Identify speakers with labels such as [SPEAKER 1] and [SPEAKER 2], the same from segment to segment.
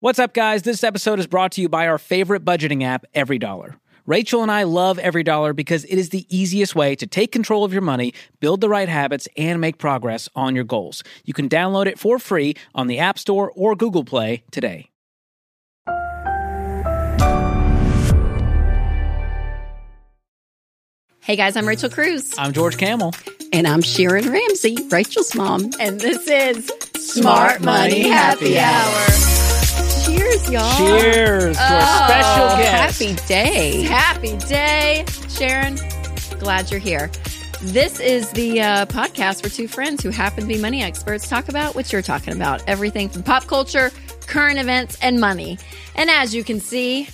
[SPEAKER 1] What's up, guys? This episode is brought to you by our favorite budgeting app, Every Dollar. Rachel and I love Every Dollar because it is the easiest way to take control of your money, build the right habits, and make progress on your goals. You can download it for free on the App Store or Google Play today.
[SPEAKER 2] Hey guys, I'm Rachel Cruz.
[SPEAKER 1] I'm George Camel.
[SPEAKER 3] And I'm Sharon Ramsey, Rachel's mom.
[SPEAKER 2] And this is
[SPEAKER 3] Smart Money Happy Hour.
[SPEAKER 2] Cheers, y'all.
[SPEAKER 1] Cheers to our special
[SPEAKER 2] Oh,
[SPEAKER 1] guest.
[SPEAKER 3] Happy day.
[SPEAKER 2] Happy day, Sharon. Glad you're here. This is the uh, podcast where two friends who happen to be money experts talk about what you're talking about everything from pop culture, current events, and money. And as you can see,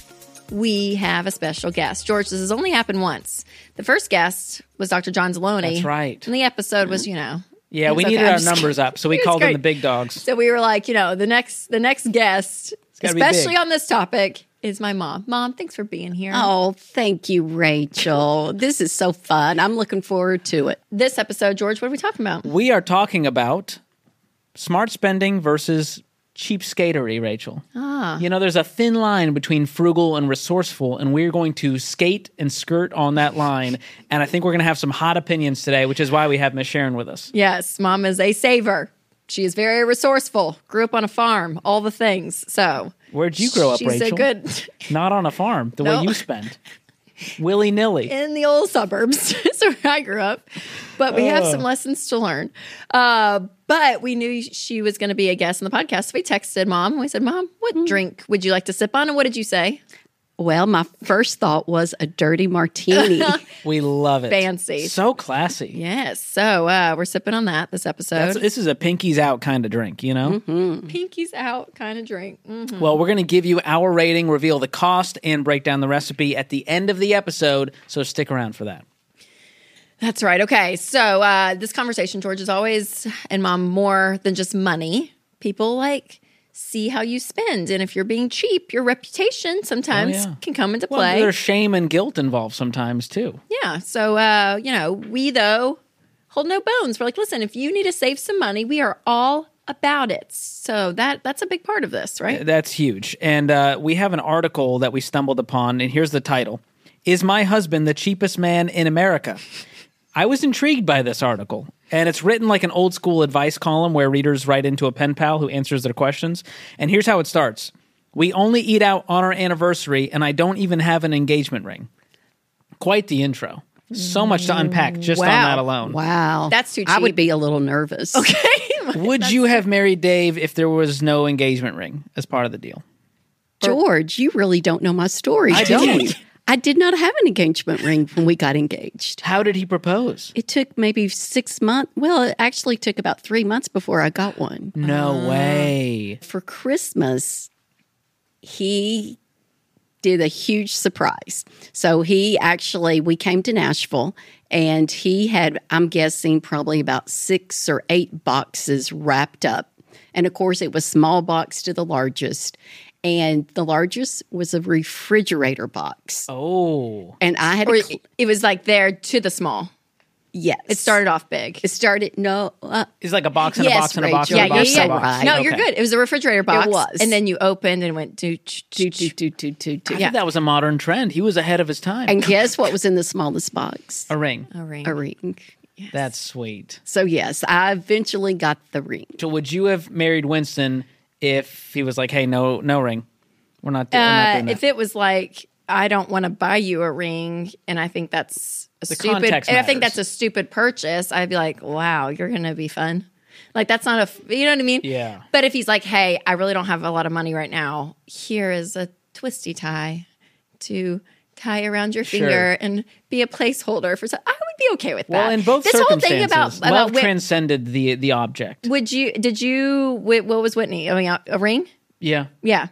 [SPEAKER 2] we have a special guest. George, this has only happened once. The first guest was Dr. John Zalone.
[SPEAKER 1] That's right.
[SPEAKER 2] And the episode was, you know,
[SPEAKER 1] Yeah, we
[SPEAKER 2] It's okay,
[SPEAKER 1] needed
[SPEAKER 2] I'm
[SPEAKER 1] our
[SPEAKER 2] just
[SPEAKER 1] numbers up, so we
[SPEAKER 2] It's
[SPEAKER 1] called in
[SPEAKER 2] great.
[SPEAKER 1] the big dogs.
[SPEAKER 2] So we were like, you know, the next the next guest,
[SPEAKER 1] gotta be
[SPEAKER 2] especially
[SPEAKER 1] big.
[SPEAKER 2] on this topic, is my mom. Mom, thanks for being here.
[SPEAKER 3] Oh, thank you, Rachel. This is so fun. I'm looking forward to it.
[SPEAKER 2] This episode, George, what are we talking about?
[SPEAKER 1] We are talking about smart spending versus cheap skatery, Rachel. Ah. You know, there's a thin line between frugal and resourceful, and we're going to skate and skirt on that line. And I think we're going to have some hot opinions today, which is why we have Miss Sharon with us.
[SPEAKER 2] Yes, mom is a saver. She is very resourceful. Grew up on a farm, all the things. So
[SPEAKER 1] Where'd you grow up,
[SPEAKER 2] she's
[SPEAKER 1] Rachel?
[SPEAKER 2] a good
[SPEAKER 1] Not on a farm, the
[SPEAKER 2] No.
[SPEAKER 1] way you spend. Willy nilly.
[SPEAKER 2] in the old suburbs. That's where I grew up. But we have some lessons to learn. Uh, but we knew she was going to be a guest on the podcast. So we texted mom. and We said, Mom, what
[SPEAKER 1] Mm-hmm.
[SPEAKER 2] drink would you like to sip on? And what did you say?
[SPEAKER 3] Well, my first thought was a dirty martini.
[SPEAKER 1] We love it.
[SPEAKER 2] Fancy.
[SPEAKER 1] So classy.
[SPEAKER 2] Yes. So uh, we're sipping on that this episode.
[SPEAKER 1] That's- this is a pinkies out kind of drink, you know?
[SPEAKER 2] Mm-hmm. Pinkies out kind of drink. Mm.
[SPEAKER 1] Well, we're going to give you our rating, reveal the cost, and break down the recipe at the end of the episode. So stick around for that.
[SPEAKER 2] That's right. Okay. So uh, this conversation, George, is always, and mom, more than just money. People like see how you spend. And if you're being cheap, your reputation sometimes
[SPEAKER 1] yeah.
[SPEAKER 2] can come into
[SPEAKER 1] Well,
[SPEAKER 2] play.
[SPEAKER 1] there's shame and guilt involved sometimes too.
[SPEAKER 2] Yeah. So, uh, you know, we though hold no bones. We're like, listen, if you need to save some money, we are all about it. So that that's a big part of this, right?
[SPEAKER 1] That's huge. And uh, we have an article that we stumbled upon, and here's the title: "Is my husband the cheapest man in America?" I was intrigued by this article, and it's written like an old school advice column where readers write into a pen pal who answers their questions. And here's how it starts: "We only eat out on our anniversary, and I don't even have an engagement ring." Quite the intro. So much to unpack just on
[SPEAKER 2] Wow.
[SPEAKER 1] that alone.
[SPEAKER 3] wow.
[SPEAKER 2] That's too
[SPEAKER 3] I would
[SPEAKER 2] cheap.
[SPEAKER 3] be a little nervous. Okay.
[SPEAKER 1] Would you have married Dave if there was no engagement ring as part of the deal?
[SPEAKER 3] George, you really don't know my story,
[SPEAKER 1] I
[SPEAKER 3] do
[SPEAKER 1] don't.
[SPEAKER 3] you? I did not have an engagement ring when we got engaged.
[SPEAKER 1] How did he propose?
[SPEAKER 3] It took maybe six months. Well, it actually took about three months before I got one.
[SPEAKER 1] No way.
[SPEAKER 3] for Christmas, he did a huge surprise. So he actually, we came to Nashville and he had, I'm guessing, probably about six or eight boxes wrapped up. And of course, it was small box to the largest. And the largest was a refrigerator box.
[SPEAKER 1] Oh.
[SPEAKER 3] And I had,
[SPEAKER 2] Or
[SPEAKER 3] a cl-
[SPEAKER 2] it, it was like there to the small.
[SPEAKER 3] yes.
[SPEAKER 2] It started off big.
[SPEAKER 3] It started, no, uh,
[SPEAKER 1] It's like a box and a
[SPEAKER 3] Yes,
[SPEAKER 1] box and a box and
[SPEAKER 3] Rachel,
[SPEAKER 1] a box
[SPEAKER 2] yeah,
[SPEAKER 1] and a
[SPEAKER 2] yeah,
[SPEAKER 1] box.
[SPEAKER 3] right.
[SPEAKER 2] No, you're
[SPEAKER 1] Okay.
[SPEAKER 2] good. It was a refrigerator box.
[SPEAKER 3] was.
[SPEAKER 2] And then you opened and went do
[SPEAKER 3] do, do, do, do, do, do.
[SPEAKER 1] I think that was a modern trend. He was ahead of his time.
[SPEAKER 3] And guess what was in the smallest box?
[SPEAKER 1] a ring.
[SPEAKER 2] a ring.
[SPEAKER 3] A ring.
[SPEAKER 1] That's sweet.
[SPEAKER 3] So yes, I eventually got the ring.
[SPEAKER 1] So would you have married Winston if he was like, "Hey, no, no ring. We're not, do- we're not
[SPEAKER 2] Uh,
[SPEAKER 1] doing that."
[SPEAKER 2] if it was like I don't want to buy you a ring, and I think that's a stupid.
[SPEAKER 1] context
[SPEAKER 2] And I think
[SPEAKER 1] matters.
[SPEAKER 2] that's a stupid purchase. I'd be like, wow, you're gonna be fun. Like that's not a, f- you know what I mean?
[SPEAKER 1] Yeah.
[SPEAKER 2] But if he's like, hey, I really don't have a lot of money right now. Here is a twisty tie to tie around your finger and be a placeholder for. So I would be okay with that.
[SPEAKER 1] well, in both
[SPEAKER 2] this whole
[SPEAKER 1] circumstances,
[SPEAKER 2] thing about about
[SPEAKER 1] love
[SPEAKER 2] Whit-
[SPEAKER 1] transcended the the object.
[SPEAKER 2] would you did you Whit- what was Whitney? I mean, a, a ring.
[SPEAKER 1] yeah.
[SPEAKER 2] Yeah.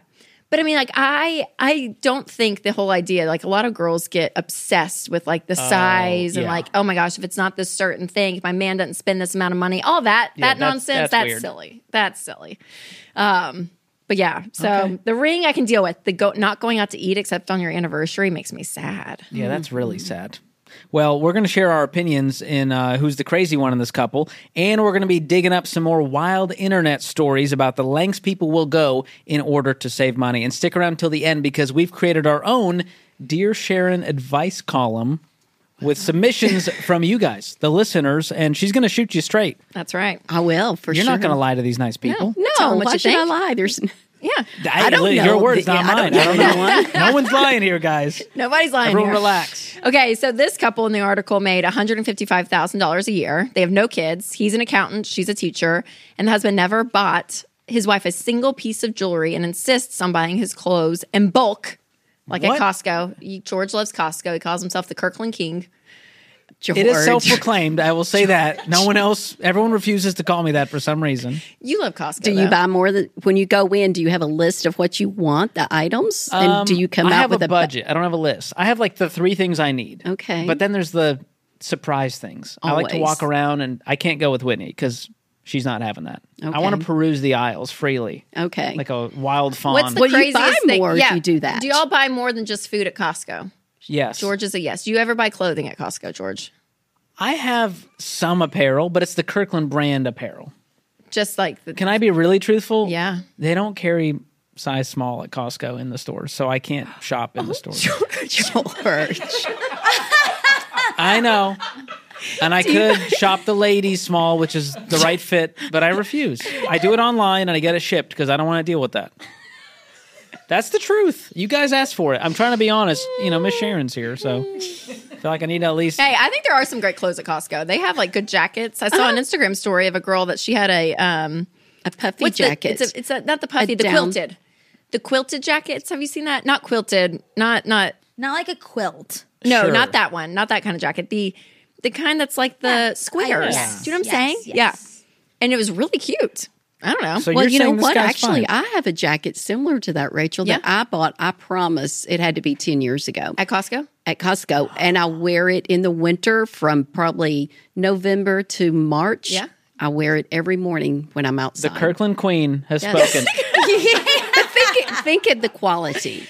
[SPEAKER 2] But I mean, like I, I don't think the whole idea. Like a lot of girls get obsessed with like the size and
[SPEAKER 1] Oh, yeah.
[SPEAKER 2] like, oh my gosh, if it's not this certain thing, if my man doesn't spend this amount of money, all that,
[SPEAKER 1] Yeah, that's-
[SPEAKER 2] that
[SPEAKER 1] that's
[SPEAKER 2] nonsense, that's,
[SPEAKER 1] weird.
[SPEAKER 2] silly. That's silly. Um, but yeah, so the ring I can deal with. The go not going out to eat except on your anniversary makes me sad.
[SPEAKER 3] Mm-hmm.
[SPEAKER 1] Yeah, that's really sad. Well, we're going to share our opinions in uh, who's the crazy one in this couple, and we're going to be digging up some more wild internet stories about the lengths people will go in order to save money. And stick around till the end because we've created our own Dear Sharon advice column with submissions from you guys, the listeners, and she's going to shoot you straight.
[SPEAKER 2] That's right.
[SPEAKER 3] I will for
[SPEAKER 1] You're
[SPEAKER 3] sure.
[SPEAKER 1] not going to lie to these nice people.
[SPEAKER 2] No,
[SPEAKER 3] No,
[SPEAKER 2] what
[SPEAKER 3] why
[SPEAKER 2] you
[SPEAKER 3] should I
[SPEAKER 2] think?
[SPEAKER 3] lie? There's
[SPEAKER 2] Yeah.
[SPEAKER 1] I,
[SPEAKER 3] don't
[SPEAKER 1] li-
[SPEAKER 3] know
[SPEAKER 1] Your words,
[SPEAKER 3] the-
[SPEAKER 1] not
[SPEAKER 3] I
[SPEAKER 1] mine.
[SPEAKER 3] don't
[SPEAKER 1] I don't know. no one's lying here, guys.
[SPEAKER 2] Nobody's lying.
[SPEAKER 1] Everyone
[SPEAKER 2] here.
[SPEAKER 1] relax.
[SPEAKER 2] Okay, so this couple in the article made $155,000 a year. They have no kids. He's an accountant, she's a teacher, and the husband never bought his wife a single piece of jewelry and insists on buying his clothes in bulk, like
[SPEAKER 1] What?
[SPEAKER 2] at Costco. He- George loves Costco. He calls himself the Kirkland King.
[SPEAKER 3] George.
[SPEAKER 1] It is self proclaimed. I will say that. No one else, everyone refuses to call me that for some reason.
[SPEAKER 2] You love Costco.
[SPEAKER 3] Do you
[SPEAKER 2] though.
[SPEAKER 3] buy more than when you go in? Do you have a list of what you want, the items, and Um, do you come
[SPEAKER 1] Um, I
[SPEAKER 3] out
[SPEAKER 1] have
[SPEAKER 3] with
[SPEAKER 1] a
[SPEAKER 3] a bu-
[SPEAKER 1] budget. I don't have a list. I have like the three things I need.
[SPEAKER 3] Okay.
[SPEAKER 1] But then there's the surprise things. I like to
[SPEAKER 3] Always.
[SPEAKER 1] walk around and I can't go with Whitney because she's not having that. I
[SPEAKER 3] Okay.
[SPEAKER 1] want to peruse the aisles freely.
[SPEAKER 3] Okay.
[SPEAKER 1] Like a wild fawn.
[SPEAKER 2] What's the
[SPEAKER 3] Well, you
[SPEAKER 2] craziest
[SPEAKER 3] buy
[SPEAKER 2] thing?
[SPEAKER 3] more if you do that.
[SPEAKER 2] Do y'all buy more than just food at Costco?
[SPEAKER 1] yes.
[SPEAKER 2] George is a yes. Do you ever buy clothing at Costco, George?
[SPEAKER 1] I have some apparel, but it's the Kirkland brand apparel.
[SPEAKER 2] Just like the,
[SPEAKER 1] Can I be really truthful?
[SPEAKER 2] Yeah.
[SPEAKER 1] They don't carry size small at Costco in the stores, so I can't shop in the
[SPEAKER 3] Oh,
[SPEAKER 1] stores.
[SPEAKER 3] George.
[SPEAKER 1] I know. And I could shop the ladies small, which is the right fit, but I refuse. I do it online and I get it shipped because I don't want to deal with that. That's the truth. You guys asked for it. I'm trying to be honest. You know, Miss Sharon's here, so I feel like I need to at least.
[SPEAKER 2] Hey, I think there are some great clothes at Costco. They have like good jackets. I saw an Instagram story of a girl that she had a um
[SPEAKER 3] a puffy
[SPEAKER 2] what's the-
[SPEAKER 3] jacket.
[SPEAKER 2] it's a, it's a, not the puffy,
[SPEAKER 3] A
[SPEAKER 2] the
[SPEAKER 3] down-
[SPEAKER 2] quilted, the quilted jackets. Have you seen that? Not quilted, not not
[SPEAKER 4] Not like a quilt.
[SPEAKER 2] no,
[SPEAKER 1] Sure.
[SPEAKER 2] not that one, not that kind of jacket. The the kind that's like the Uh, squares.
[SPEAKER 4] Yeah.
[SPEAKER 2] Do you know what I'm saying?
[SPEAKER 4] Yes, yes.
[SPEAKER 2] Yeah, and it was really cute. I don't know.
[SPEAKER 1] So
[SPEAKER 3] well,
[SPEAKER 1] you're
[SPEAKER 3] you know
[SPEAKER 1] saying this
[SPEAKER 3] what?
[SPEAKER 1] guy's
[SPEAKER 3] Actually,
[SPEAKER 1] fine.
[SPEAKER 3] I have a jacket similar to that, Rachel, that
[SPEAKER 2] Yeah.
[SPEAKER 3] I bought. I promise it had to be 10 years ago
[SPEAKER 2] at Costco,
[SPEAKER 3] at Costco. And I wear it in the winter from probably November to March.
[SPEAKER 2] Yeah.
[SPEAKER 3] I wear it every morning when I'm
[SPEAKER 1] the
[SPEAKER 3] outside.
[SPEAKER 1] Kirkland Queen has
[SPEAKER 2] Yes.
[SPEAKER 1] spoken.
[SPEAKER 3] think, think of the quality.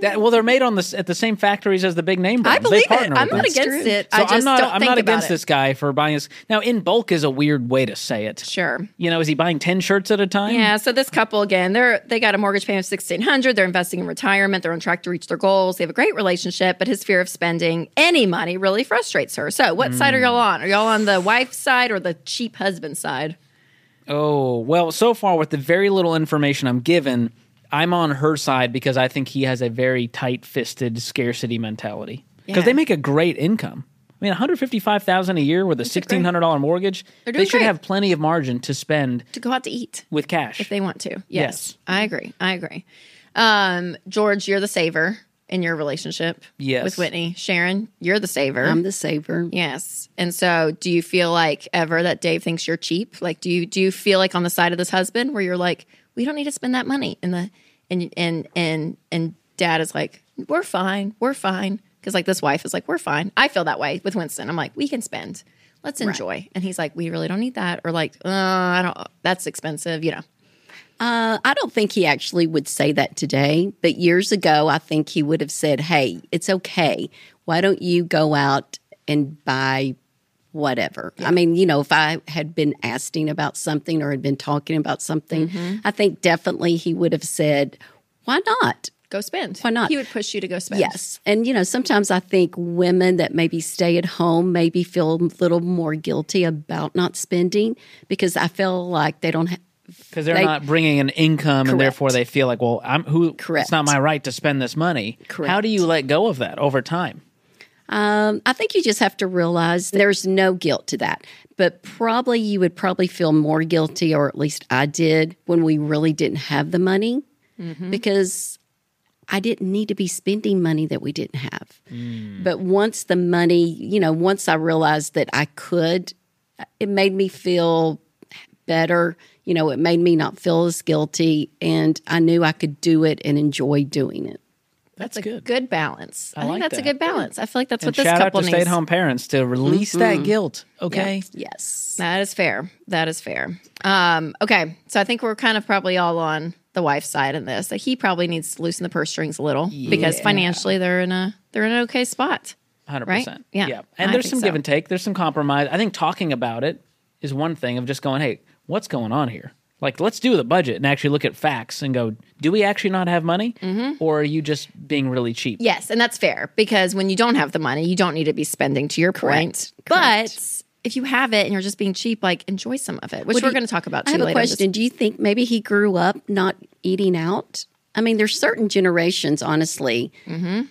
[SPEAKER 1] That, well, they're made on the s- at the same factories as the big name brands.
[SPEAKER 2] I believe
[SPEAKER 1] they
[SPEAKER 2] it.
[SPEAKER 1] partner
[SPEAKER 2] I'm
[SPEAKER 1] with
[SPEAKER 2] not
[SPEAKER 1] them.
[SPEAKER 2] against
[SPEAKER 3] true.
[SPEAKER 2] it.
[SPEAKER 1] So
[SPEAKER 2] I just
[SPEAKER 1] am not.
[SPEAKER 2] don't
[SPEAKER 1] I'm
[SPEAKER 2] think
[SPEAKER 1] not
[SPEAKER 2] about
[SPEAKER 1] against
[SPEAKER 2] it.
[SPEAKER 1] this guy for buying his. Now, in bulk is a weird way to say it.
[SPEAKER 2] Sure.
[SPEAKER 1] You know, is he buying ten shirts at a time?
[SPEAKER 2] Yeah, so this couple again, they're they got a mortgage payment of sixteen hundred. They're investing in retirement. They're on track to reach their goals. They have a great relationship, but his fear of spending any money really frustrates her. So, what side are y'all on? Are y'all on the wife's side or the cheap husband side?
[SPEAKER 1] Oh, well, so far, with the very little information I'm given, I'm on her side because I think he has a very tight fisted scarcity mentality. Because
[SPEAKER 2] Yeah.
[SPEAKER 1] they make a great income. I mean, 155000 a year with a $1,600 mortgage,
[SPEAKER 2] They're
[SPEAKER 1] they
[SPEAKER 2] doing
[SPEAKER 1] should
[SPEAKER 2] great.
[SPEAKER 1] have plenty of margin to spend
[SPEAKER 2] To go out to eat
[SPEAKER 1] with cash.
[SPEAKER 2] if they want to. Yes,
[SPEAKER 1] Yes.
[SPEAKER 2] I agree. I agree. Um, George, you're the saver in your relationship.
[SPEAKER 1] Yes.
[SPEAKER 2] with Whitney, Sharon, you're the saver.
[SPEAKER 3] I'm the saver.
[SPEAKER 2] Yes. And so do you feel like ever that Dave thinks you're cheap? Like do you do you feel like on the side of this husband where you're like, we don't need to spend that money and the and and and and dad is like, We're fine, we're fine. Cause like this wife is like, We're fine. I feel that way with Winston. I'm like, we can spend. Let's enjoy. And he's like, We really don't need that. Or like, uh, I don't that's expensive, you know.
[SPEAKER 3] Uh, I don't think he actually would say that today, but years ago, I think he would have said, Hey, it's okay. Why don't you go out and buy whatever? I mean, you know, if I had been asking about something or had been talking about something, I think definitely he would have said, Why not?
[SPEAKER 2] Go spend.
[SPEAKER 3] Why not?
[SPEAKER 2] He would push you to go spend.
[SPEAKER 3] Yes. And, you know, sometimes I think women that maybe stay at home maybe feel a little more guilty about not spending because I feel like they don't have.
[SPEAKER 1] Because they're
[SPEAKER 3] They-
[SPEAKER 1] not bringing an income, and therefore
[SPEAKER 3] Correct.
[SPEAKER 1] they feel like, well, I'm who? It's
[SPEAKER 3] Correct.
[SPEAKER 1] not my right to spend this money. How do
[SPEAKER 3] Correct.
[SPEAKER 1] you let go of that over time?
[SPEAKER 3] Um, I think you just have to realize there's no guilt to that. But probably you would probably feel more guilty, or at least I did, when we really didn't have the money because I didn't need to be spending money that we didn't have. But once the money, you know, once I realized that I could, it made me feel better. You know, it made me not feel as guilty. And I knew I could do it and enjoy doing it.
[SPEAKER 1] That's,
[SPEAKER 2] It's a
[SPEAKER 1] good.
[SPEAKER 2] good, balance. I, think
[SPEAKER 1] like
[SPEAKER 2] that's a
[SPEAKER 1] that.
[SPEAKER 2] good balance. I feel like that's
[SPEAKER 1] And
[SPEAKER 2] what this
[SPEAKER 1] shout out
[SPEAKER 2] couple
[SPEAKER 1] to
[SPEAKER 2] needs.
[SPEAKER 1] stay-at-home parents to release that guilt. Okay.
[SPEAKER 3] Yes.
[SPEAKER 2] That is fair. That is fair. Um, okay, so I think we're kind of probably all on the wife's side in this. That he probably needs to loosen the purse strings a little because financially they're in a they're in an okay spot.
[SPEAKER 1] hundred percent.
[SPEAKER 2] Yeah.
[SPEAKER 1] and
[SPEAKER 2] I
[SPEAKER 1] there's
[SPEAKER 2] think
[SPEAKER 1] some
[SPEAKER 2] so.
[SPEAKER 1] give and take. There's some compromise. I think talking about it is one thing of just going, hey, what's going on here? Like, let's do the budget and actually look at facts and go, do we actually not have money,
[SPEAKER 2] Mm-hmm.
[SPEAKER 1] or are you just being really cheap?
[SPEAKER 2] Yes, and that's fair because when you don't have the money, you don't need to be spending to your point. But if you have it and you're just being cheap, like enjoy some of it, which
[SPEAKER 3] do
[SPEAKER 2] we're
[SPEAKER 3] you-
[SPEAKER 2] going to talk about
[SPEAKER 3] I
[SPEAKER 2] too
[SPEAKER 3] have
[SPEAKER 2] later. in
[SPEAKER 3] a
[SPEAKER 2] this-
[SPEAKER 3] question. Do you think maybe he grew up not eating out? I mean, there's certain generations, honestly,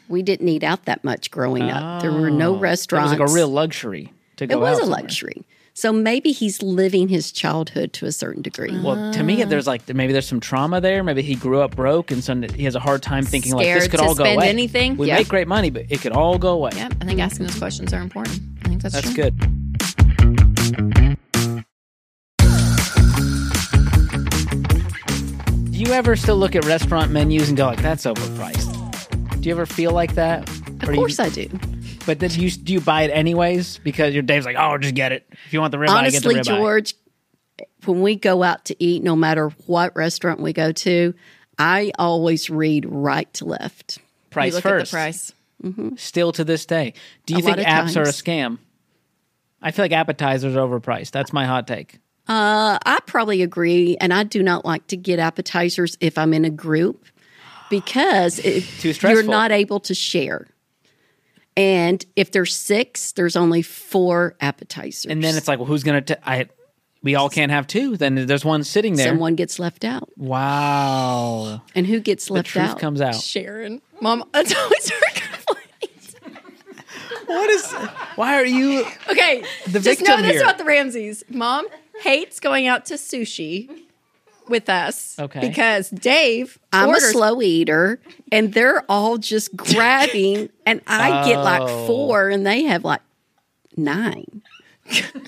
[SPEAKER 3] we didn't eat out that much growing up. There were
[SPEAKER 1] Mm-hmm. Oh. It
[SPEAKER 3] no
[SPEAKER 1] was
[SPEAKER 3] restaurants.
[SPEAKER 1] like a real luxury to go.
[SPEAKER 3] It was
[SPEAKER 1] out
[SPEAKER 3] a
[SPEAKER 1] somewhere.
[SPEAKER 3] luxury. So maybe he's living his childhood to a certain degree.
[SPEAKER 1] Well, to
[SPEAKER 2] Uh-huh.
[SPEAKER 1] me, there's like maybe there's some trauma there. Maybe he grew up broke, and so he has a hard time thinking like this
[SPEAKER 2] Scared
[SPEAKER 1] could
[SPEAKER 2] to
[SPEAKER 1] all go
[SPEAKER 2] spend
[SPEAKER 1] away.
[SPEAKER 2] anything?
[SPEAKER 1] We
[SPEAKER 2] Yeah.
[SPEAKER 1] make great money, but it could all go away.
[SPEAKER 2] Yep, I think asking those questions are important. I think that's,
[SPEAKER 1] That's
[SPEAKER 2] true.
[SPEAKER 1] good. Do you ever still look at restaurant menus and go like, "That's overpriced"? Do you ever feel like that?
[SPEAKER 3] Of course I do.
[SPEAKER 1] But then do you do you buy it anyways because your Dave's like, "Oh, just get it. If you want the ribeye,
[SPEAKER 3] Honestly,
[SPEAKER 1] get the ribeye."
[SPEAKER 3] George, when we go out to eat, no matter what restaurant we go to, I always read right to left.
[SPEAKER 2] You
[SPEAKER 1] price
[SPEAKER 2] look
[SPEAKER 1] first.
[SPEAKER 2] at the price.
[SPEAKER 1] Still to this day, do you
[SPEAKER 3] A
[SPEAKER 1] think
[SPEAKER 3] lot
[SPEAKER 1] apps
[SPEAKER 3] of
[SPEAKER 1] are a
[SPEAKER 3] times.
[SPEAKER 1] scam? I feel like appetizers are overpriced. That's my hot take.
[SPEAKER 3] I probably agree, and I do not like to get appetizers if I'm in a group because it,
[SPEAKER 1] stressful.
[SPEAKER 3] you're not able to share. And if there's six, there's only four appetizers,
[SPEAKER 1] And then it's like, well, who's gonna? T- I we all can't have two. Then there's one sitting there.
[SPEAKER 3] someone gets left out.
[SPEAKER 1] Wow.
[SPEAKER 3] And who gets
[SPEAKER 1] The
[SPEAKER 3] left
[SPEAKER 1] truth
[SPEAKER 3] out?
[SPEAKER 1] comes out.
[SPEAKER 2] Sharon, mom, that's always her complaint.
[SPEAKER 1] What is? Why are you?
[SPEAKER 2] Okay,
[SPEAKER 1] The
[SPEAKER 2] just know
[SPEAKER 1] victim
[SPEAKER 2] this
[SPEAKER 1] here.
[SPEAKER 2] about the Ramses. Mom hates going out to sushi with us.
[SPEAKER 1] Okay.
[SPEAKER 2] because Dave
[SPEAKER 3] I'm a
[SPEAKER 2] orders
[SPEAKER 3] slow eater, and they're all just grabbing, and I get like
[SPEAKER 1] Oh.
[SPEAKER 3] four, and they have like nine.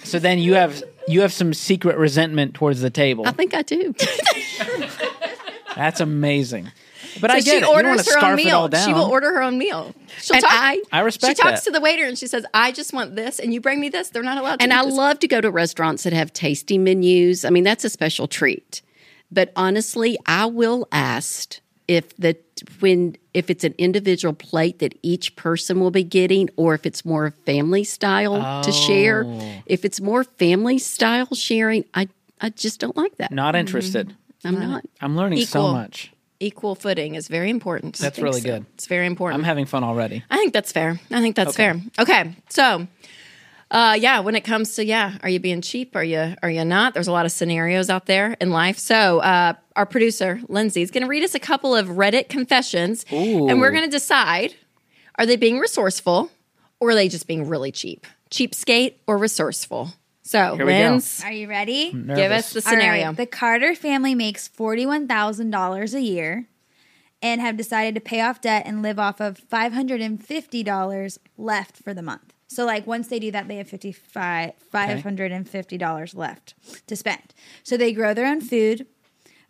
[SPEAKER 1] So then you have you have some secret resentment towards the table.
[SPEAKER 3] I think I do.
[SPEAKER 1] That's amazing. But I
[SPEAKER 2] So
[SPEAKER 1] get it.
[SPEAKER 2] she
[SPEAKER 1] You don't wanna
[SPEAKER 2] orders her own
[SPEAKER 1] scarf it all
[SPEAKER 2] meal.
[SPEAKER 1] down.
[SPEAKER 2] She will order her own meal. She'll
[SPEAKER 3] And
[SPEAKER 2] talk,
[SPEAKER 3] I-
[SPEAKER 1] I respect
[SPEAKER 2] She talks
[SPEAKER 1] that.
[SPEAKER 2] to the waiter and she says, "I just want this, and you bring me this." They're not allowed. to
[SPEAKER 3] And
[SPEAKER 2] eat
[SPEAKER 3] I
[SPEAKER 2] this.
[SPEAKER 3] love to go to restaurants that have tasty menus. I mean, that's a special treat. But honestly, I will ask if the when if it's an individual plate that each person will be getting or if it's more family style to share. If it's more family style sharing, I I just don't like that.
[SPEAKER 1] Not interested.
[SPEAKER 3] I'm not.
[SPEAKER 1] I'm learning so
[SPEAKER 2] Mm-hmm. Equal.
[SPEAKER 1] much.
[SPEAKER 2] equal footing is very important.
[SPEAKER 1] That's really good.
[SPEAKER 2] It's very important.
[SPEAKER 1] I'm having fun already.
[SPEAKER 2] I think that's fair. I think that's fair. Okay, so. Uh, yeah, when it comes to yeah, are you being cheap? Are you are you not? There's a lot of scenarios out there in life. So uh, our producer Lindsay is going to read us a couple of Reddit confessions, and we're going to decide are they being resourceful or are they just being really cheap, cheapskate or resourceful? So
[SPEAKER 1] we go.
[SPEAKER 2] Linz,
[SPEAKER 4] Are you ready?
[SPEAKER 2] give us the
[SPEAKER 4] All right,
[SPEAKER 2] scenario.
[SPEAKER 4] the Carter family makes $41,000 a year and have decided to pay off debt and live off of $550 left for the month. So like once they do that they have 55 $550 left to spend. So they grow their own food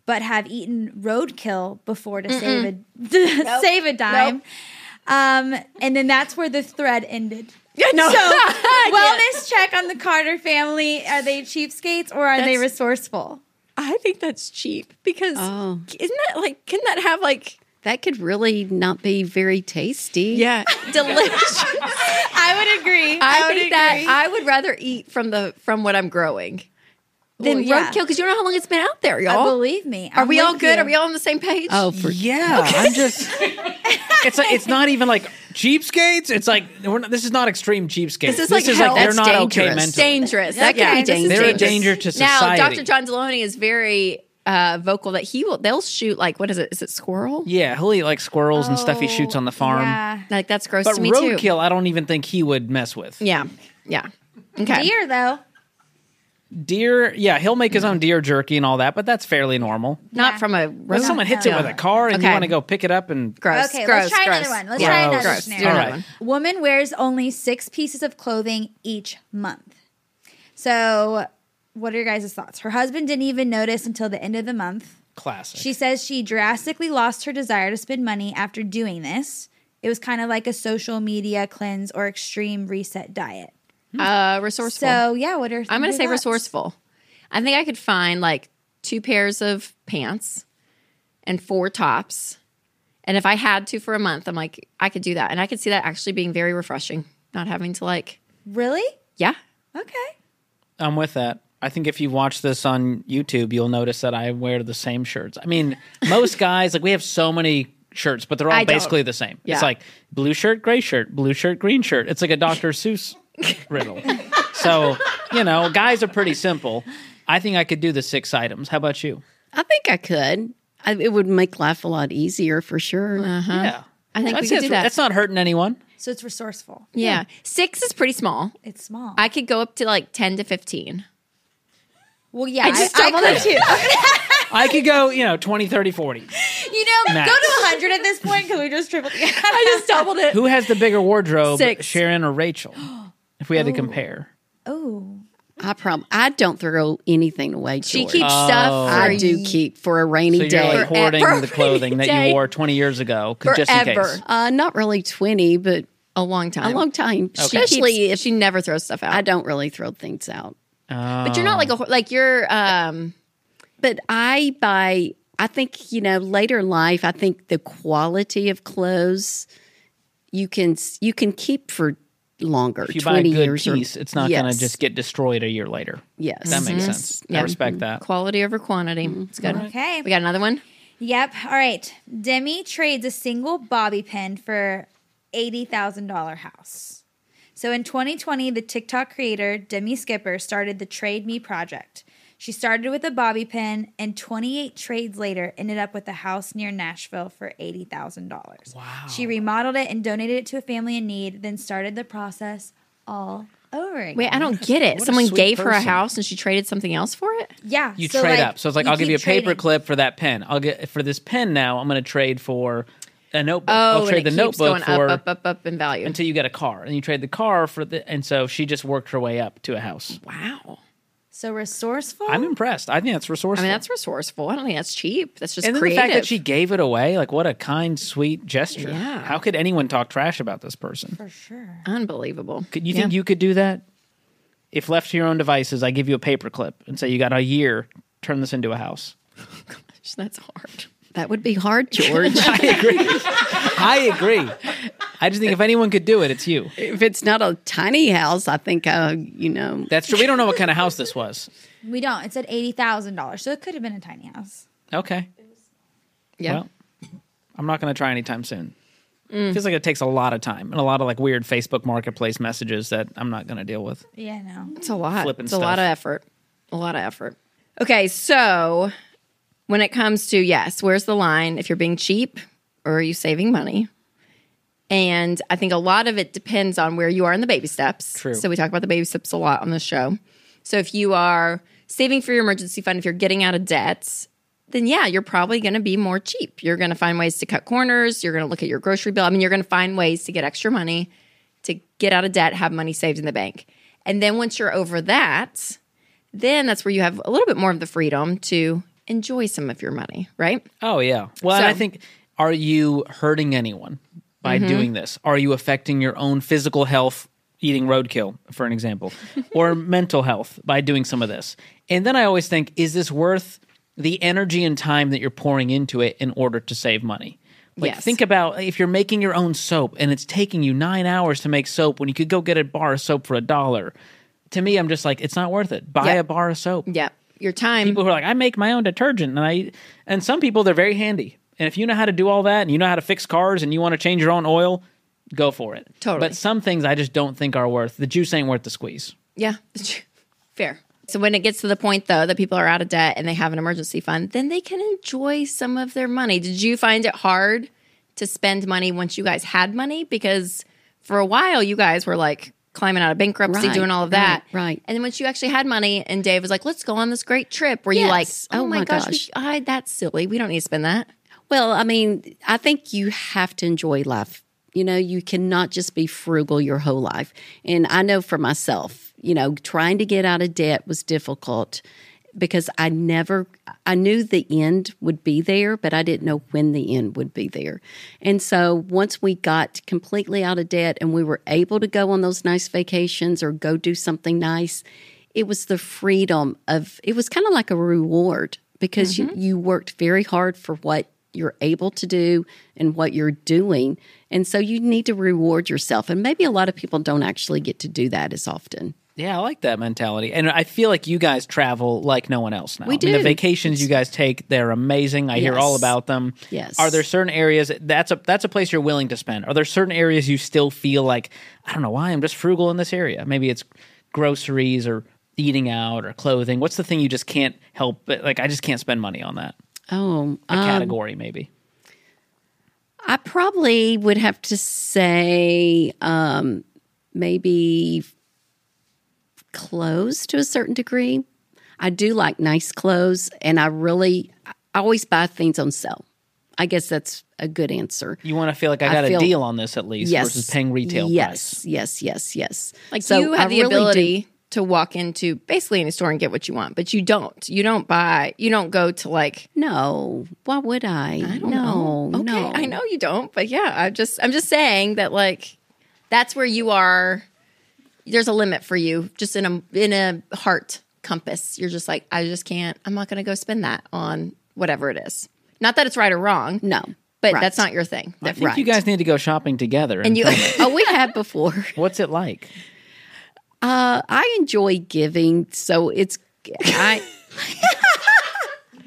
[SPEAKER 4] but have eaten roadkill before to save a to save a dime. Um, and then that's where the thread ended.
[SPEAKER 2] no.
[SPEAKER 4] So, wellness check on the Carter family. Are they cheapskates or are they
[SPEAKER 2] That's-
[SPEAKER 4] resourceful?
[SPEAKER 2] I think that's cheap because
[SPEAKER 3] Oh.
[SPEAKER 2] isn't that like can that have like
[SPEAKER 3] That could really not be very tasty.
[SPEAKER 2] yeah delicious?
[SPEAKER 4] I would agree.
[SPEAKER 2] I,
[SPEAKER 4] would
[SPEAKER 2] think that I would rather eat from the from what I'm growing than
[SPEAKER 4] Well, yeah.
[SPEAKER 2] roadkill because you don't know how long it's been out there, y'all.
[SPEAKER 4] I believe me.
[SPEAKER 2] Are we all good? Are we
[SPEAKER 4] all?
[SPEAKER 2] all on the same page?
[SPEAKER 3] Oh, for
[SPEAKER 1] Yeah, I'm just. It's like it's not even like cheapskates. It's like we're not, this is not extreme cheapskates.
[SPEAKER 2] This is like hell-
[SPEAKER 1] they're
[SPEAKER 3] That's
[SPEAKER 1] not okay
[SPEAKER 3] dangerous.
[SPEAKER 1] mentally.
[SPEAKER 2] dangerous.
[SPEAKER 3] That
[SPEAKER 2] Yeah.
[SPEAKER 3] could
[SPEAKER 2] This
[SPEAKER 3] be
[SPEAKER 2] is
[SPEAKER 3] dangerous.
[SPEAKER 1] They're a danger to society.
[SPEAKER 2] Now, Dr. John Deloney is very uh, vocal that he will. They'll shoot like what is it? Is it squirrel?
[SPEAKER 1] Yeah, he'll eat like squirrels and
[SPEAKER 2] Oh,
[SPEAKER 1] stuff he shoots on the
[SPEAKER 2] Um,
[SPEAKER 1] farm.
[SPEAKER 4] Yeah.
[SPEAKER 2] Like that's gross
[SPEAKER 1] But
[SPEAKER 2] to me too.
[SPEAKER 1] roadkill, I don't even think he would mess with.
[SPEAKER 2] Yeah, yeah. Okay.
[SPEAKER 4] Deer though.
[SPEAKER 1] Deer, yeah, he'll make his own deer jerky and all that, but that's fairly normal.
[SPEAKER 2] Not
[SPEAKER 4] Yeah.
[SPEAKER 2] from a
[SPEAKER 1] When
[SPEAKER 2] roadkill.
[SPEAKER 1] someone hits it with a car and
[SPEAKER 2] Okay.
[SPEAKER 1] you want to go pick it up and
[SPEAKER 2] Gross.
[SPEAKER 4] Okay,
[SPEAKER 2] gross,
[SPEAKER 4] let's try
[SPEAKER 2] gross.
[SPEAKER 4] another one. Let's
[SPEAKER 2] Yeah.
[SPEAKER 4] try
[SPEAKER 1] Gross.
[SPEAKER 4] another
[SPEAKER 1] Gross.
[SPEAKER 4] scenario.
[SPEAKER 1] Do another one.
[SPEAKER 4] Woman wears only six pieces of clothing each month. So, what are your guys' thoughts? Her husband didn't even notice until the end of the month.
[SPEAKER 1] classic.
[SPEAKER 4] She says she drastically lost her desire to spend money after doing this. It was kind of like a social media cleanse or extreme reset diet.
[SPEAKER 2] Uh, resourceful.
[SPEAKER 4] So, yeah, what are
[SPEAKER 2] I'm going
[SPEAKER 4] your
[SPEAKER 2] to say
[SPEAKER 4] thoughts?
[SPEAKER 2] resourceful. I think I could find like two pairs of pants and four tops. And if I had to for a month, I'm like, I could do that. And I could see that actually being very refreshing. not having to like,
[SPEAKER 4] Really?
[SPEAKER 2] yeah,
[SPEAKER 4] Okay.
[SPEAKER 1] I'm with that. I think if you watch this on YouTube, you'll notice that I wear the same shirts. I mean, most guys like we have so many shirts, but they're all
[SPEAKER 2] I don't.
[SPEAKER 1] basically the same.
[SPEAKER 2] Yeah.
[SPEAKER 1] It's like blue shirt, gray shirt, blue shirt, green shirt. It's like a Dr. Seuss riddle. So you know, guys are pretty simple. I think I could do the six items. How about you?
[SPEAKER 3] I think I could. I, it would make life a lot easier for sure.
[SPEAKER 1] Yeah,
[SPEAKER 2] I think we
[SPEAKER 1] that's,
[SPEAKER 2] could do
[SPEAKER 1] it's-
[SPEAKER 2] that.
[SPEAKER 1] that's not hurting anyone.
[SPEAKER 4] So it's resourceful.
[SPEAKER 2] yeah. Six is pretty small.
[SPEAKER 4] It's small.
[SPEAKER 2] I could go up to like 10 to 15.
[SPEAKER 4] well, yeah.
[SPEAKER 2] I just doubled
[SPEAKER 4] could-
[SPEAKER 2] it too.
[SPEAKER 1] I could go, you know, 20, 30, 40.
[SPEAKER 4] You know,
[SPEAKER 1] Max.
[SPEAKER 4] go to 100 at this point because we just tripled.
[SPEAKER 2] I just doubled it.
[SPEAKER 1] Who has the bigger wardrobe,
[SPEAKER 2] Six.
[SPEAKER 1] Sharon or Rachel? If we had to compare.
[SPEAKER 4] oh.
[SPEAKER 3] I prob I don't throw anything away.
[SPEAKER 2] She
[SPEAKER 3] George.
[SPEAKER 2] keeps stuff. For,
[SPEAKER 1] Oh.
[SPEAKER 3] I do keep for a rainy
[SPEAKER 1] So you're
[SPEAKER 3] day.
[SPEAKER 1] like hoarding
[SPEAKER 2] Forever.
[SPEAKER 1] the clothing that
[SPEAKER 2] Day.
[SPEAKER 1] you wore 20 years ago, 'cause just in case.
[SPEAKER 2] Forever.
[SPEAKER 3] uh, not really twenty, but
[SPEAKER 2] A long time.
[SPEAKER 3] a long time.
[SPEAKER 2] She
[SPEAKER 3] Especially
[SPEAKER 2] keeps-
[SPEAKER 3] if
[SPEAKER 2] she never throws stuff out.
[SPEAKER 3] I don't really throw things out.
[SPEAKER 2] but you're not like a whore- like you're um
[SPEAKER 3] But I buy, I think, you know, later in life, I think the quality of clothes you can you can keep for longer.
[SPEAKER 1] If you buy a
[SPEAKER 3] 20
[SPEAKER 1] good
[SPEAKER 3] years
[SPEAKER 1] piece,
[SPEAKER 3] or,
[SPEAKER 1] it's not going
[SPEAKER 3] Yes.
[SPEAKER 1] to just get destroyed a year later.
[SPEAKER 3] Yes. Mm-hmm.
[SPEAKER 1] That makes sense. I
[SPEAKER 2] Yeah.
[SPEAKER 1] respect that.
[SPEAKER 2] quality over quantity. It's good.
[SPEAKER 4] Okay.
[SPEAKER 2] We got another one.
[SPEAKER 4] Yep. All right. Demi trades a single bobby pin for $80,000 house. So in 2020, the TikTok creator Demi Skipper started the Trade Me project. She started with a bobby pin and 28 trades later ended up with a house near Nashville for $80,000. Wow. She remodeled it and donated it to a family in need, then started the process all over again.
[SPEAKER 2] Wait, I don't get it.
[SPEAKER 1] a
[SPEAKER 2] Someone
[SPEAKER 1] sweet
[SPEAKER 2] gave her a
[SPEAKER 1] person.
[SPEAKER 2] house and she traded something else for it?
[SPEAKER 4] yeah.
[SPEAKER 1] You
[SPEAKER 4] so,
[SPEAKER 1] trade
[SPEAKER 4] like,
[SPEAKER 1] up. So it's like, I'll give
[SPEAKER 4] keep
[SPEAKER 1] you a paper
[SPEAKER 4] trading.
[SPEAKER 1] clip for that pen. I'll get for this pen now. I'm going to trade for a notebook. I'll
[SPEAKER 2] Oh, and
[SPEAKER 1] trade
[SPEAKER 2] it
[SPEAKER 1] the
[SPEAKER 2] keeps
[SPEAKER 1] notebook
[SPEAKER 2] going
[SPEAKER 1] for
[SPEAKER 2] up, up, up, up in value.
[SPEAKER 1] until you get a car, and you trade the car for the. And so she just worked her way up to a house.
[SPEAKER 2] wow.
[SPEAKER 4] So resourceful.
[SPEAKER 1] I'm impressed. I think that's
[SPEAKER 2] I
[SPEAKER 1] resourceful.
[SPEAKER 2] mean, that's resourceful. I don't think that's cheap. That's just
[SPEAKER 1] and then
[SPEAKER 2] creative.
[SPEAKER 1] the fact that she gave it away, like what a kind, sweet gesture.
[SPEAKER 2] Yeah.
[SPEAKER 1] How could anyone talk trash about this person?
[SPEAKER 4] for sure.
[SPEAKER 2] Unbelievable.
[SPEAKER 1] Could you think you could do that? If left to your own devices, I give you a paperclip and say you got a year, turn this into a house.
[SPEAKER 2] That's hard.
[SPEAKER 3] That would be hard, George.
[SPEAKER 1] I agree. I agree. I just think if anyone could do it, it's you.
[SPEAKER 3] if it's not a tiny house, I think, uh, you know,
[SPEAKER 1] That's true. We don't know what kind of house this was.
[SPEAKER 4] We don't. It said eighty thousand dollars, so it could have been a tiny house.
[SPEAKER 1] Okay.
[SPEAKER 2] Yeah.
[SPEAKER 1] Well, I'm not going to try anytime soon. Feels like it takes a lot of time and a lot of like weird Facebook Marketplace messages that I'm not going to deal with.
[SPEAKER 4] Yeah, no.
[SPEAKER 2] It's a lot.
[SPEAKER 1] Flipping
[SPEAKER 2] it's a lot of
[SPEAKER 1] stuff.
[SPEAKER 2] effort. A lot of effort. Okay, so when it comes to yes, where's the line? If you're being cheap or are you saving money? And I think a lot of it depends on where you are in the baby steps.
[SPEAKER 1] True.
[SPEAKER 2] So we talk about the baby steps a lot on the show. So if you are saving for your emergency fund, if you're getting out of debts, then yeah, you're probably going to be more cheap. You're going to find ways to cut corners. You're going to look at your grocery bill. I mean, you're going to find ways to get extra money to get out of debt, have money saved in the bank. And then once you're over that, then that's where you have a little bit more of the freedom to enjoy some of your money, right?
[SPEAKER 1] Oh yeah. Well, and I
[SPEAKER 2] So- Mm-hmm.
[SPEAKER 1] think are you hurting anyone by doing this? Are you affecting your own physical health eating roadkill, for an example, or mental health by doing some of this? And then I always think is this worth the energy and time that you're pouring into it in order to save money? Like
[SPEAKER 2] Yes.
[SPEAKER 1] think about if you're making your own soap and it's taking you 9 hours to make soap when you could go get a bar of soap for a dollar. To me, I'm just like it's not worth it. Buy
[SPEAKER 2] Yeah.
[SPEAKER 1] a bar of soap
[SPEAKER 2] Yeah. Your time.
[SPEAKER 1] people who are like, I make my own detergent, and I and some people they're very handy. And if you know how to do all that, and you know how to fix cars, and you want to change your own oil, go for it.
[SPEAKER 2] Totally.
[SPEAKER 1] But some things I just don't think are worth the juice ain't worth the squeeze.
[SPEAKER 2] yeah. Fair. So when it gets to the point though that people are out of debt and they have an emergency fund, then they can enjoy some of their money. Did you find it hard to spend money once you guys had money because for a while you guys were like climbing out of bankruptcy
[SPEAKER 3] Right,
[SPEAKER 2] doing all of that
[SPEAKER 3] right, right.
[SPEAKER 2] and then once you actually had money and dave was like let's go on this great trip where you like
[SPEAKER 3] Yes.
[SPEAKER 2] oh, my, gosh,
[SPEAKER 3] gosh.
[SPEAKER 2] We, I, that's silly we don't need to spend that
[SPEAKER 3] Well, I mean, I think you have to enjoy life. You know, you cannot just be frugal your whole life. And I know for myself, you know, trying to get out of debt was difficult because I never, I knew the end would be there, but I didn't know when the end would be there. And so once we got completely out of debt and we were able to go on those nice vacations or go do something nice, it was the freedom of it was kind of like a reward because you, you worked very hard for what you're able to do and what you're doing. And so you need to reward yourself. And maybe a lot of people don't actually get to do that as often.
[SPEAKER 1] Yeah, I like that mentality. And I feel like you guys travel like no one else now.
[SPEAKER 3] We
[SPEAKER 1] I mean, the
[SPEAKER 3] do.
[SPEAKER 1] vacations you guys take, they're amazing. I hear
[SPEAKER 3] Yes.
[SPEAKER 1] all about them.
[SPEAKER 3] Yes.
[SPEAKER 1] Are there certain areas that's a that's a place you're willing to spend? Are there certain areas you still feel like I don't know why I'm just frugal in this area? Maybe it's groceries or eating out or clothing. What's the thing you just can't help but like I just can't spend money on that? A
[SPEAKER 3] Oh, um,
[SPEAKER 1] category maybe.
[SPEAKER 3] I probably would have to say um, maybe clothes to a certain degree. I do like nice clothes, and I really I always buy things on sale. I guess that's a good answer.
[SPEAKER 1] You want to feel like I
[SPEAKER 3] I
[SPEAKER 1] got a
[SPEAKER 3] feel-
[SPEAKER 1] deal on this at least
[SPEAKER 3] Yes,
[SPEAKER 1] versus paying retail price.
[SPEAKER 3] Yes, yes, yes, yes.
[SPEAKER 2] Like
[SPEAKER 3] So
[SPEAKER 2] you have
[SPEAKER 3] I
[SPEAKER 2] the
[SPEAKER 3] really do-
[SPEAKER 2] ability to walk into basically any store and get what you want, but you don't. You don't buy. You don't go to like.
[SPEAKER 3] No, why would I?
[SPEAKER 2] I don't
[SPEAKER 3] no,
[SPEAKER 2] know. Okay,
[SPEAKER 3] no.
[SPEAKER 2] I know you don't, but yeah, I just I'm just saying that like that's where you are. There's a limit for you, just in a in a heart compass. You're just like I just can't. I'm not going to go spend that on whatever it is. Not that it's right or wrong.
[SPEAKER 3] No,
[SPEAKER 2] but
[SPEAKER 3] right.
[SPEAKER 2] that's not your thing.
[SPEAKER 1] I think you guys need to go shopping together. And,
[SPEAKER 2] and you
[SPEAKER 1] tell me,
[SPEAKER 3] Oh, we have before.
[SPEAKER 1] what's it like?
[SPEAKER 3] Uh, I enjoy giving, so it's I.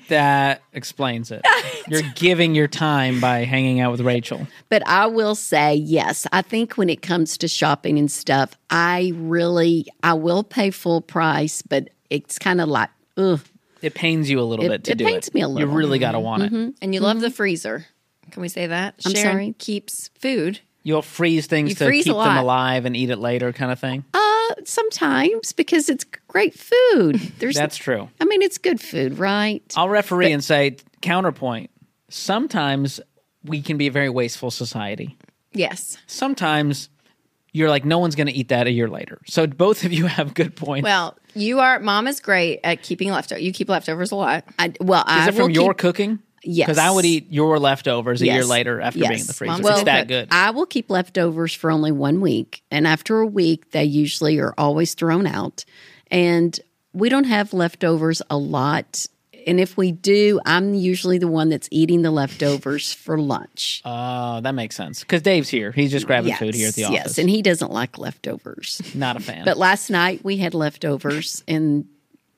[SPEAKER 1] That explains it. You're giving your time by hanging out with Rachel.
[SPEAKER 3] But I will say, yes, I think when it comes to shopping and stuff, I really, I will pay full price, but it's kind of like, ugh,
[SPEAKER 1] It pains you a little
[SPEAKER 3] It-
[SPEAKER 1] bit to
[SPEAKER 3] it
[SPEAKER 1] do
[SPEAKER 3] pains
[SPEAKER 1] it.
[SPEAKER 3] me a
[SPEAKER 1] You
[SPEAKER 3] little. Mm-hmm.
[SPEAKER 1] really got to want it.
[SPEAKER 2] and you love the freezer. Can we say that?
[SPEAKER 3] I'm
[SPEAKER 2] Sharon
[SPEAKER 3] sorry?
[SPEAKER 2] keeps food.
[SPEAKER 1] You'll freeze things
[SPEAKER 2] You
[SPEAKER 1] to
[SPEAKER 2] freeze a
[SPEAKER 1] keep them
[SPEAKER 2] lot.
[SPEAKER 1] alive and eat it later, kind of thing.
[SPEAKER 3] uh, sometimes because it's great food. There's,
[SPEAKER 1] That's Uh, true.
[SPEAKER 3] I mean, it's good food, right?
[SPEAKER 1] I'll referee and say counterpoint. Sometimes we can be a very wasteful society.
[SPEAKER 2] Yes.
[SPEAKER 1] Sometimes you're like, no one's going to eat that a year later. So both of you have good points.
[SPEAKER 2] Well, you are. Mom is great at keeping leftovers. You keep leftovers a lot.
[SPEAKER 3] I, well,
[SPEAKER 1] is
[SPEAKER 3] I
[SPEAKER 1] it from
[SPEAKER 3] will
[SPEAKER 1] your
[SPEAKER 3] keep,
[SPEAKER 1] cooking?
[SPEAKER 3] Yes.
[SPEAKER 1] Because I would eat your leftovers a year
[SPEAKER 3] Yes.
[SPEAKER 1] later after being in
[SPEAKER 3] Yes.
[SPEAKER 1] the freezer.
[SPEAKER 2] Mom's
[SPEAKER 1] it's
[SPEAKER 2] a
[SPEAKER 1] that
[SPEAKER 2] good
[SPEAKER 1] good.
[SPEAKER 3] I will keep leftovers for only one week, and after a week, they usually are always thrown out, and we don't have leftovers a lot. And if we do, I'm usually the one that's eating the leftovers for lunch.
[SPEAKER 1] Oh, that makes sense. Because Dave's here. He's just grabbing food here at the office.
[SPEAKER 3] Yes, and he doesn't like leftovers.
[SPEAKER 1] Not a fan.
[SPEAKER 3] But last night we had leftovers, and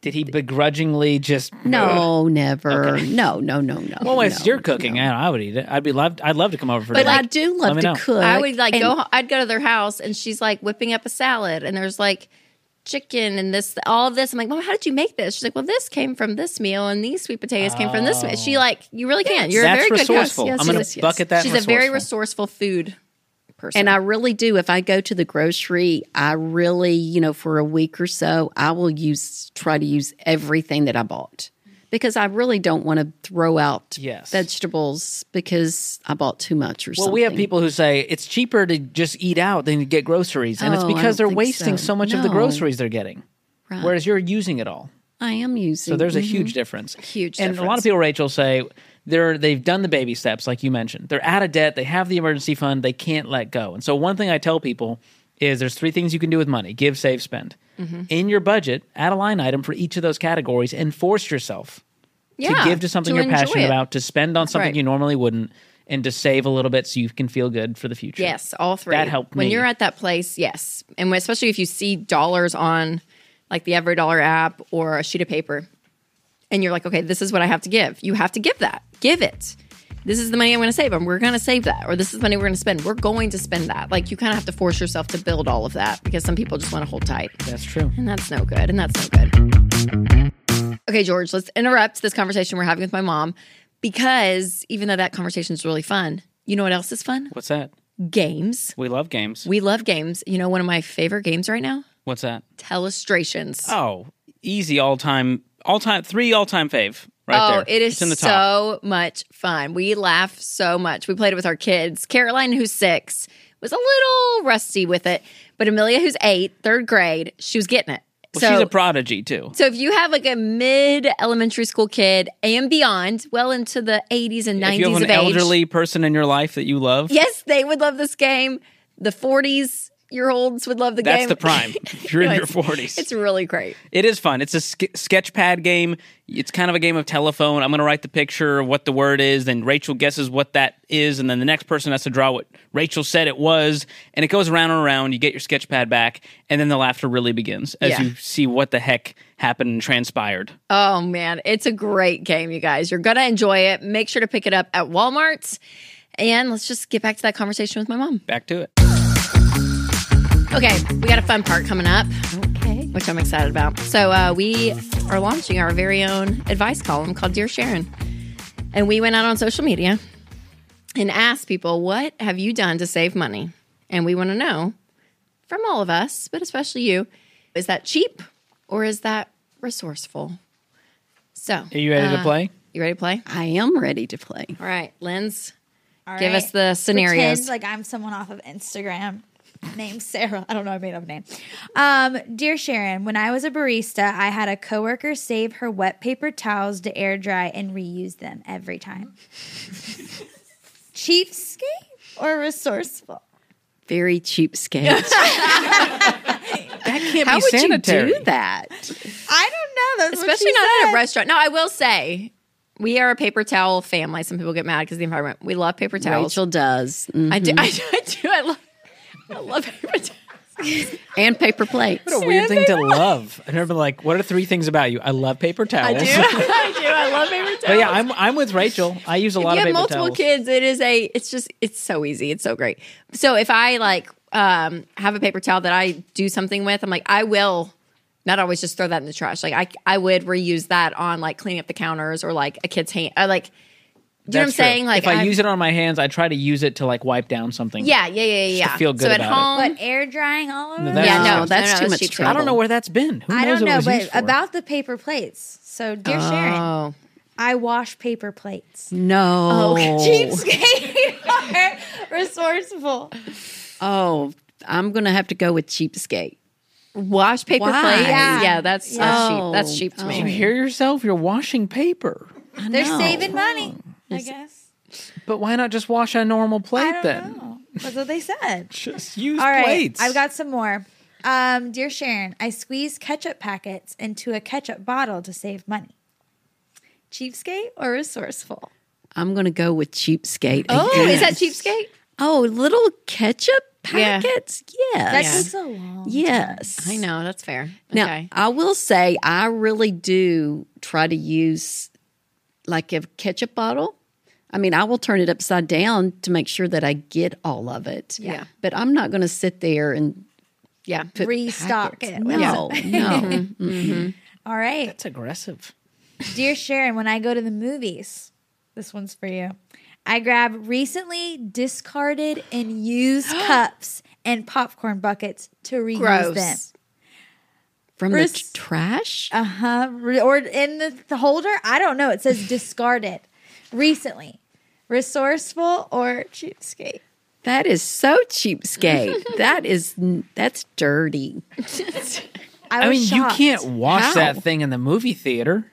[SPEAKER 1] Did he begrudgingly just
[SPEAKER 3] no, never, no, no, no, no.
[SPEAKER 1] Well, it's
[SPEAKER 3] no.
[SPEAKER 1] your cooking. I, don't know, I would eat it. I'd be loved. I'd love to come over for
[SPEAKER 3] But
[SPEAKER 1] dinner.
[SPEAKER 3] I do
[SPEAKER 1] Let
[SPEAKER 3] love
[SPEAKER 1] me
[SPEAKER 3] to
[SPEAKER 1] know.
[SPEAKER 3] cook.
[SPEAKER 2] I would like
[SPEAKER 3] and
[SPEAKER 2] go. I'd go to their house, and she's like whipping up a salad, and there's like chicken and this, all this. I'm like, Mom, how did you make this? She's like, Well, this came from this meal, and these sweet potatoes came from this meal. She like, you really can. You're
[SPEAKER 1] That's
[SPEAKER 2] a very
[SPEAKER 1] resourceful.
[SPEAKER 2] good cook.
[SPEAKER 1] I'm going to
[SPEAKER 3] yes, yes.
[SPEAKER 1] bucket that.
[SPEAKER 2] she's a very resourceful food person.
[SPEAKER 3] And I really do. If I go to the grocery, I really, you know, for a week or so, I will use try to use everything that I bought because I really don't want to throw out
[SPEAKER 1] Yes.
[SPEAKER 3] vegetables because I bought too much or
[SPEAKER 1] Well,
[SPEAKER 3] something.
[SPEAKER 1] we have people who say it's cheaper to just eat out than to get groceries, and it's
[SPEAKER 3] Oh, I
[SPEAKER 1] because
[SPEAKER 3] don't
[SPEAKER 1] they're
[SPEAKER 3] think
[SPEAKER 1] wasting
[SPEAKER 3] so.
[SPEAKER 1] so, much of the
[SPEAKER 3] No.
[SPEAKER 1] groceries they're getting,
[SPEAKER 3] Right.
[SPEAKER 1] whereas you're using it all.
[SPEAKER 3] I am using. Mhm.
[SPEAKER 1] So there's a huge difference.
[SPEAKER 2] Mm-hmm. Huge
[SPEAKER 1] And a lot
[SPEAKER 2] difference.
[SPEAKER 1] of people, Rachel, say they're they've done the baby steps, like you mentioned. They're out of debt. They have the emergency fund. They can't let go. And so one thing I tell people is there's three things you can do with money: give, save, spend.
[SPEAKER 2] Mm-hmm.
[SPEAKER 1] In your budget, add a line item for each of those categories, and force yourself
[SPEAKER 2] Yeah,
[SPEAKER 1] to give to something you're
[SPEAKER 2] enjoy
[SPEAKER 1] passionate
[SPEAKER 2] it.
[SPEAKER 1] about, to spend on something
[SPEAKER 2] right.
[SPEAKER 1] you normally wouldn't, and to save a little bit so you can feel good for the future.
[SPEAKER 2] Yes, all three.
[SPEAKER 1] That helped
[SPEAKER 2] When
[SPEAKER 1] me.
[SPEAKER 2] you're at that place, yes. And when- especially if you see dollars on like the Every Dollar app or a sheet of paper, and you're like, okay, this is what I have to give. You have to give that. Give it. This is the money I'm going to save, and we're going to save that. Or this is the money we're going to spend. We're going to spend that. Like you kind of have to force yourself to build all of that because some people just want to hold tight.
[SPEAKER 1] that's true.
[SPEAKER 2] And that's no good. And that's no good. Okay, George, let's interrupt this conversation we're having with my mom because even though that conversation is really fun, you know what else is fun?
[SPEAKER 1] What's that?
[SPEAKER 2] Games.
[SPEAKER 1] We love games.
[SPEAKER 2] We love games. You know, one of my favorite games right now?
[SPEAKER 1] What's that?
[SPEAKER 2] Telestrations.
[SPEAKER 5] Oh, easy all time, all time, three all time fave right
[SPEAKER 2] Oh,
[SPEAKER 5] there.
[SPEAKER 2] it is
[SPEAKER 5] It's in the top.
[SPEAKER 2] so much fun. We laugh so much. We played it with our kids. Caroline, who's six, was a little rusty with it, but Amelia, who's eight, third grade, she was getting it.
[SPEAKER 5] Well, she's a prodigy too.
[SPEAKER 2] So if you have like a mid elementary school kid and beyond, well into the 80s and 90s
[SPEAKER 5] If you have
[SPEAKER 2] of
[SPEAKER 5] an
[SPEAKER 2] age,
[SPEAKER 5] elderly person in your life that you love,
[SPEAKER 2] yes, they would love this game. The 40s year olds would love the
[SPEAKER 6] That's
[SPEAKER 2] game.
[SPEAKER 6] the prime. If you're in
[SPEAKER 2] No,
[SPEAKER 6] your
[SPEAKER 2] it's-
[SPEAKER 6] 40s.
[SPEAKER 2] It's really great.
[SPEAKER 6] It is fun. It's a sk- sketch pad game. It's kind of a game of telephone. I'm going to write the picture of what the word is, then Rachel guesses what that is, and then the next person has to draw what Rachel said it was, and it goes around and around. You get your sketch pad back, and then the laughter really begins as
[SPEAKER 2] Yeah.
[SPEAKER 6] you see what the heck happened and transpired.
[SPEAKER 2] Oh man, it's a great game, you guys. You're gonna enjoy it. Make sure to pick it up at Walmart's. And let's just get back to that conversation with my mom.
[SPEAKER 6] Back to it.
[SPEAKER 2] Okay, we got a fun part coming up,
[SPEAKER 3] Okay.
[SPEAKER 2] which I'm excited about. So uh, we are launching our very own advice column called Dear Sharon, and we went out on social media and asked people, "What have you done to save money?" And we want to know from all of us, but especially you, is that cheap or is that resourceful? So,
[SPEAKER 1] Are you ready
[SPEAKER 2] Uh,
[SPEAKER 1] to play?
[SPEAKER 2] You ready to play?
[SPEAKER 3] I am ready to play.
[SPEAKER 2] All right, Lynn's.
[SPEAKER 4] All
[SPEAKER 2] Give us the scenarios.
[SPEAKER 4] Pretend like I'm someone off of Instagram. Name's Sarah. I don't know. I made up a name. Um, Dear Sharon, when I was a barista, I had a coworker save her wet paper towels to air dry and reuse them every time. Cheapskate or resourceful?
[SPEAKER 2] Very cheapskate.
[SPEAKER 1] Can't
[SPEAKER 2] How
[SPEAKER 1] be
[SPEAKER 2] would
[SPEAKER 1] sanitary.
[SPEAKER 2] you do that?
[SPEAKER 4] I don't know. That's
[SPEAKER 2] Especially not at a
[SPEAKER 4] restaurant.
[SPEAKER 2] restaurant. No, I will say we are a paper towel family. Some people get mad because the environment. We love paper towels.
[SPEAKER 3] Rachel does. Mm.
[SPEAKER 2] I do. I, do- I do. I love. I love paper towels.
[SPEAKER 3] And paper plates.
[SPEAKER 1] What a weird thing to love. I remember, like, what are three things about you? I love paper
[SPEAKER 2] I
[SPEAKER 1] towels.
[SPEAKER 2] do. I do. I love paper towels.
[SPEAKER 1] But yeah, I'm I'm with Rachel. I use a lot of
[SPEAKER 2] you have
[SPEAKER 1] paper
[SPEAKER 2] multiple
[SPEAKER 1] towels.
[SPEAKER 2] kids it is a it's just it's so easy it's so great so if i like um have a paper towel that i do something with i'm like i will not always just throw that in the trash like i i would reuse that on like cleaning up the counters or like a kid's hand uh, like do you know what i'm
[SPEAKER 1] That's true.
[SPEAKER 2] saying like
[SPEAKER 1] if I
[SPEAKER 2] I'm-
[SPEAKER 1] use it on my hands, I try to use it to like wipe down something.
[SPEAKER 2] yeah yeah yeah yeah,
[SPEAKER 1] to feel good
[SPEAKER 2] so at
[SPEAKER 1] about it.
[SPEAKER 2] home
[SPEAKER 4] But air drying all over.
[SPEAKER 1] that's-
[SPEAKER 2] yeah
[SPEAKER 1] No,
[SPEAKER 2] no, no
[SPEAKER 3] that's too much
[SPEAKER 2] cheap
[SPEAKER 1] I don't know where that's been. Who
[SPEAKER 4] I
[SPEAKER 1] knows what
[SPEAKER 4] don't
[SPEAKER 1] it
[SPEAKER 4] know,
[SPEAKER 1] was
[SPEAKER 4] but
[SPEAKER 1] used for?
[SPEAKER 4] about the paper plates. So, dear Sharon,
[SPEAKER 2] oh
[SPEAKER 4] I wash paper plates.
[SPEAKER 1] Oh,
[SPEAKER 3] No.
[SPEAKER 4] Cheapskate or resourceful?
[SPEAKER 3] Oh, I'm going to have to go with cheapskate.
[SPEAKER 2] wash paper
[SPEAKER 3] Why?
[SPEAKER 2] plates yeah,
[SPEAKER 4] Yeah.
[SPEAKER 2] that's
[SPEAKER 4] Yeah.
[SPEAKER 2] that's
[SPEAKER 3] Oh.
[SPEAKER 2] cheap that's cheap to
[SPEAKER 3] Oh.
[SPEAKER 1] you
[SPEAKER 2] me
[SPEAKER 1] hear yourself? You're washing paper.
[SPEAKER 4] They're
[SPEAKER 3] know.
[SPEAKER 4] saving money, I guess.
[SPEAKER 1] But why not just wash a normal plate
[SPEAKER 4] I don't
[SPEAKER 1] then?
[SPEAKER 4] know. That's what they said.
[SPEAKER 1] Just use
[SPEAKER 4] All right,
[SPEAKER 1] plates.
[SPEAKER 4] I've got some more. Um, dear Sharon, I squeeze ketchup packets into a ketchup bottle to save money. Cheapskate or resourceful?
[SPEAKER 3] I'm going to go with cheapskate.
[SPEAKER 2] oh is that
[SPEAKER 3] again.
[SPEAKER 2] cheapskate
[SPEAKER 3] Oh, little ketchup
[SPEAKER 2] Yeah.
[SPEAKER 3] packets?
[SPEAKER 4] That
[SPEAKER 3] Yes.
[SPEAKER 4] takes a long.
[SPEAKER 3] Yes.
[SPEAKER 2] i know that's fair
[SPEAKER 3] Now,
[SPEAKER 2] okay
[SPEAKER 3] I will say I really do try to use like a ketchup bottle. I mean, I will turn it upside down to make sure that I get all of it.
[SPEAKER 2] Yeah.
[SPEAKER 3] But I'm not going to sit there and
[SPEAKER 2] yeah
[SPEAKER 3] put
[SPEAKER 4] Restock
[SPEAKER 3] packets.
[SPEAKER 4] it.
[SPEAKER 3] No, no.
[SPEAKER 4] All right.
[SPEAKER 1] It's aggressive.
[SPEAKER 4] Dear Sharon, when I go to the movies, this one's for you. I grab recently discarded and used cups and popcorn buckets to reuse them.
[SPEAKER 2] gross
[SPEAKER 3] From the
[SPEAKER 4] Res-
[SPEAKER 3] t- trash?
[SPEAKER 4] Uh huh. Or in the, the holder? I don't know. It says discarded recently. Resourceful or cheapskate?
[SPEAKER 3] That is so cheapskate. that is n- that's dirty.
[SPEAKER 4] I,
[SPEAKER 1] I
[SPEAKER 4] was
[SPEAKER 1] mean,
[SPEAKER 4] shocked.
[SPEAKER 1] you can't wash
[SPEAKER 3] How?
[SPEAKER 1] that thing in the movie theater.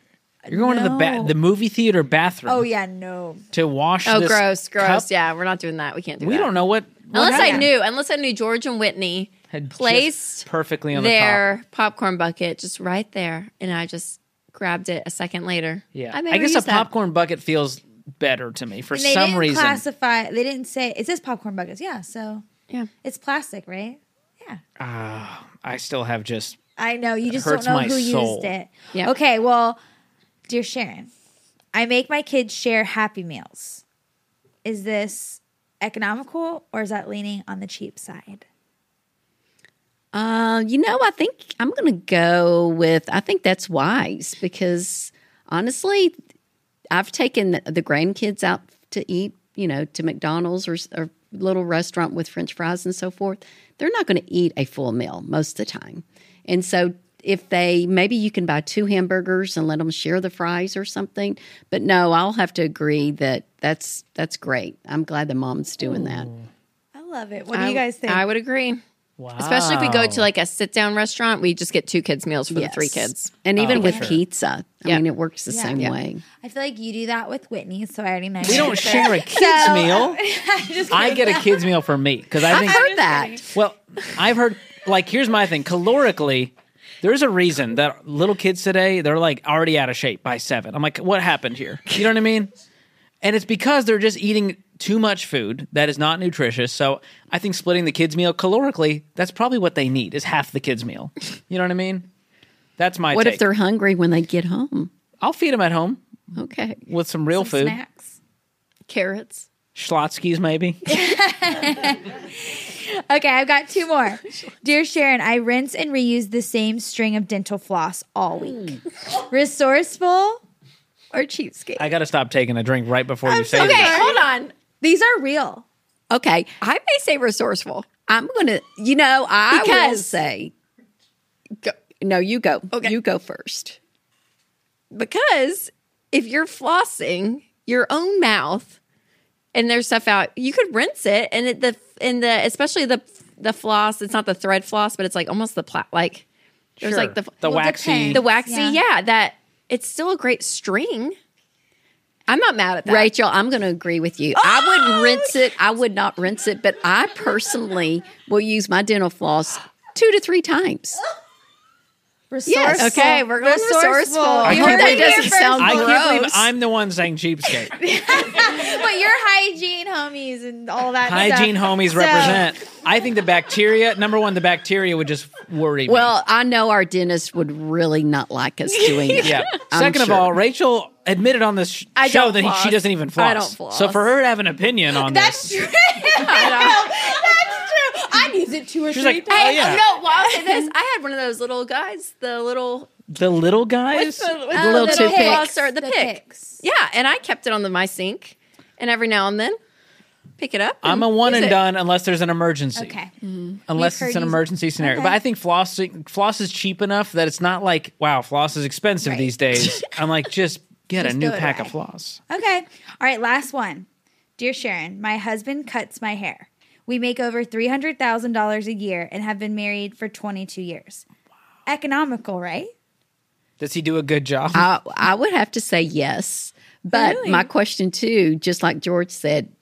[SPEAKER 1] You're going to the ba-
[SPEAKER 4] No.
[SPEAKER 1] the movie theater bathroom
[SPEAKER 4] Oh yeah, no.
[SPEAKER 1] to wash
[SPEAKER 2] Oh,
[SPEAKER 1] this
[SPEAKER 2] gross, gross.
[SPEAKER 1] cup.
[SPEAKER 2] Yeah, we're not doing that. We can't do
[SPEAKER 1] We
[SPEAKER 2] that.
[SPEAKER 1] don't know what
[SPEAKER 2] Unless I
[SPEAKER 4] Yeah.
[SPEAKER 2] knew, unless I knew George and Whitney
[SPEAKER 1] had
[SPEAKER 2] placed
[SPEAKER 1] placed perfectly on the top.
[SPEAKER 2] their popcorn bucket just right there, and I just grabbed it a second later.
[SPEAKER 1] Yeah.
[SPEAKER 2] I,
[SPEAKER 1] I,
[SPEAKER 2] may
[SPEAKER 1] guess
[SPEAKER 2] reuse
[SPEAKER 1] a
[SPEAKER 2] that.
[SPEAKER 1] popcorn bucket feels better to me for
[SPEAKER 4] And they
[SPEAKER 1] some
[SPEAKER 4] didn't
[SPEAKER 1] reason.
[SPEAKER 4] classify. They didn't say it says popcorn buckets. Yeah, so
[SPEAKER 2] Yeah,
[SPEAKER 4] it's plastic, right? Yeah.
[SPEAKER 1] I still have just
[SPEAKER 4] I know. You just
[SPEAKER 1] hurts
[SPEAKER 4] don't know
[SPEAKER 1] my
[SPEAKER 4] who
[SPEAKER 1] soul.
[SPEAKER 4] used it.
[SPEAKER 2] Yeah.
[SPEAKER 4] Okay, well, dear Sharon, I make my kids share Happy Meals. Is this economical or is that leaning on the cheap side?
[SPEAKER 3] Uh, you know, I think I'm going to go with. I think that's wise because honestly, I've taken the, the grandkids out to eat. You know, to McDonald's or, s- or little restaurant with French fries and so forth. They're not going to eat a full meal most of the time, and so if they maybe you can buy two hamburgers and let them share the fries or something. But no, I'll have to agree that that's that's great. I'm glad the mom's doing that.
[SPEAKER 4] I love it. What do
[SPEAKER 2] I-
[SPEAKER 4] you guys think?
[SPEAKER 2] I would agree.
[SPEAKER 1] Wow.
[SPEAKER 2] Especially if we go to like a sit down restaurant, we just get two kids' meals for the three
[SPEAKER 3] Yes.
[SPEAKER 2] kids. Oh,
[SPEAKER 3] And even with
[SPEAKER 4] sure.
[SPEAKER 3] pizza, I
[SPEAKER 2] Yeah.
[SPEAKER 3] mean, it works the
[SPEAKER 4] Yeah.
[SPEAKER 3] same
[SPEAKER 4] Yeah.
[SPEAKER 3] way.
[SPEAKER 4] I feel like you do that with Whitney, so I already know.
[SPEAKER 1] we don't share a kid's meal. I get a kid's meal for me because I
[SPEAKER 3] I've
[SPEAKER 1] think
[SPEAKER 3] heard that.
[SPEAKER 1] Well, I've heard like here's my thing. Calorically, there's a reason that little kids today they're like already out of shape by seven. I'm like, what happened here? You know what I mean? And it's because they're just eating too much food that is not nutritious. So I think splitting the kids' meal calorically, that's probably what they need is half the kids' meal. You know what I mean? That's my
[SPEAKER 3] What
[SPEAKER 1] take.
[SPEAKER 3] if they're hungry when they get home?
[SPEAKER 1] I'll feed them at home
[SPEAKER 3] Okay.
[SPEAKER 1] with some real food.
[SPEAKER 4] Snacks.
[SPEAKER 3] Carrots.
[SPEAKER 1] Schlotzky's maybe.
[SPEAKER 4] Okay, I've got two more. Dear Sharon, I rinse and reuse the same string of dental floss all week. Resourceful or cheapskate?
[SPEAKER 1] Hmm. I got to stop taking a drink right before you say
[SPEAKER 3] Okay,
[SPEAKER 1] this.
[SPEAKER 3] hold on.
[SPEAKER 4] These are real.
[SPEAKER 3] Okay, I may say resourceful. I'm gonna, you know, I will
[SPEAKER 2] Because-
[SPEAKER 3] say. Go, no, you go. Okay, you go first.
[SPEAKER 2] Because if you're flossing your own mouth and there's stuff out, you could rinse it and it, the and the especially the the floss, it's not the thread floss, but it's like almost the pla- like there's like the
[SPEAKER 1] the
[SPEAKER 4] Well,
[SPEAKER 1] waxy.
[SPEAKER 4] depends.
[SPEAKER 2] the waxy,
[SPEAKER 4] Yeah.
[SPEAKER 2] yeah. that it's still a great string. I'm not mad at that. Oh!
[SPEAKER 3] Rachel, I'm going to agree with you. I would rinse it. I would not rinse it, but I personally will use my dental floss two to three times.
[SPEAKER 4] Resourceful.
[SPEAKER 3] Yes.
[SPEAKER 2] Okay, we're going resourceful. I
[SPEAKER 3] Even
[SPEAKER 1] can't
[SPEAKER 3] though it
[SPEAKER 1] believe-
[SPEAKER 3] doesn't sound
[SPEAKER 1] I can't believe
[SPEAKER 3] gross.
[SPEAKER 1] I'm the one saying cheapskate.
[SPEAKER 4] But your hygiene homies and all that.
[SPEAKER 1] Hygiene
[SPEAKER 4] stuff.
[SPEAKER 1] homies
[SPEAKER 4] So-
[SPEAKER 1] represent. I think the bacteria, number one, the bacteria would just worry me.
[SPEAKER 3] well, I know our dentist would really not like us doing it.
[SPEAKER 1] yeah.
[SPEAKER 3] I'm
[SPEAKER 1] Second
[SPEAKER 3] sure.
[SPEAKER 1] of all, Rachel admitted on this sh-
[SPEAKER 2] I
[SPEAKER 1] show
[SPEAKER 2] don't
[SPEAKER 1] that he- she
[SPEAKER 2] floss.
[SPEAKER 1] doesn't even floss.
[SPEAKER 2] I don't floss.
[SPEAKER 1] So for her to have an opinion on
[SPEAKER 4] That's
[SPEAKER 1] this,
[SPEAKER 4] true. That's true. I use it two or
[SPEAKER 1] she's
[SPEAKER 4] three
[SPEAKER 1] like,
[SPEAKER 4] times.
[SPEAKER 1] oh yeah,
[SPEAKER 2] No, while I say this, I had one of those little guys, the little
[SPEAKER 1] the little guys.
[SPEAKER 2] the
[SPEAKER 4] Oh,
[SPEAKER 2] little
[SPEAKER 4] the
[SPEAKER 2] toothpick.
[SPEAKER 4] picks.
[SPEAKER 2] Floss or the,
[SPEAKER 4] The
[SPEAKER 2] pick.
[SPEAKER 4] picks.
[SPEAKER 2] Yeah, and I kept it on the my sink, and every now and then pick it up.
[SPEAKER 1] I'm a one
[SPEAKER 2] use
[SPEAKER 1] and
[SPEAKER 2] it.
[SPEAKER 1] done unless there's an emergency.
[SPEAKER 4] Okay.
[SPEAKER 1] Unless
[SPEAKER 4] We've heard
[SPEAKER 1] it's an
[SPEAKER 4] you-
[SPEAKER 1] emergency scenario.
[SPEAKER 4] Okay.
[SPEAKER 1] But I think flossing floss is cheap enough that it's not like wow, floss is expensive
[SPEAKER 4] Right.
[SPEAKER 1] these days. I'm like just get
[SPEAKER 4] Just
[SPEAKER 1] a new
[SPEAKER 4] throw it
[SPEAKER 1] pack
[SPEAKER 4] away.
[SPEAKER 1] of floss.
[SPEAKER 4] Okay. All right, last one. Dear Sharon, my husband cuts my hair. We make over $300,000 a year and have been married for 22 years. Economical, right?
[SPEAKER 1] Does he do a good job?
[SPEAKER 3] I, I would have to say yes. But
[SPEAKER 4] Really?
[SPEAKER 3] my question, too, just like George said,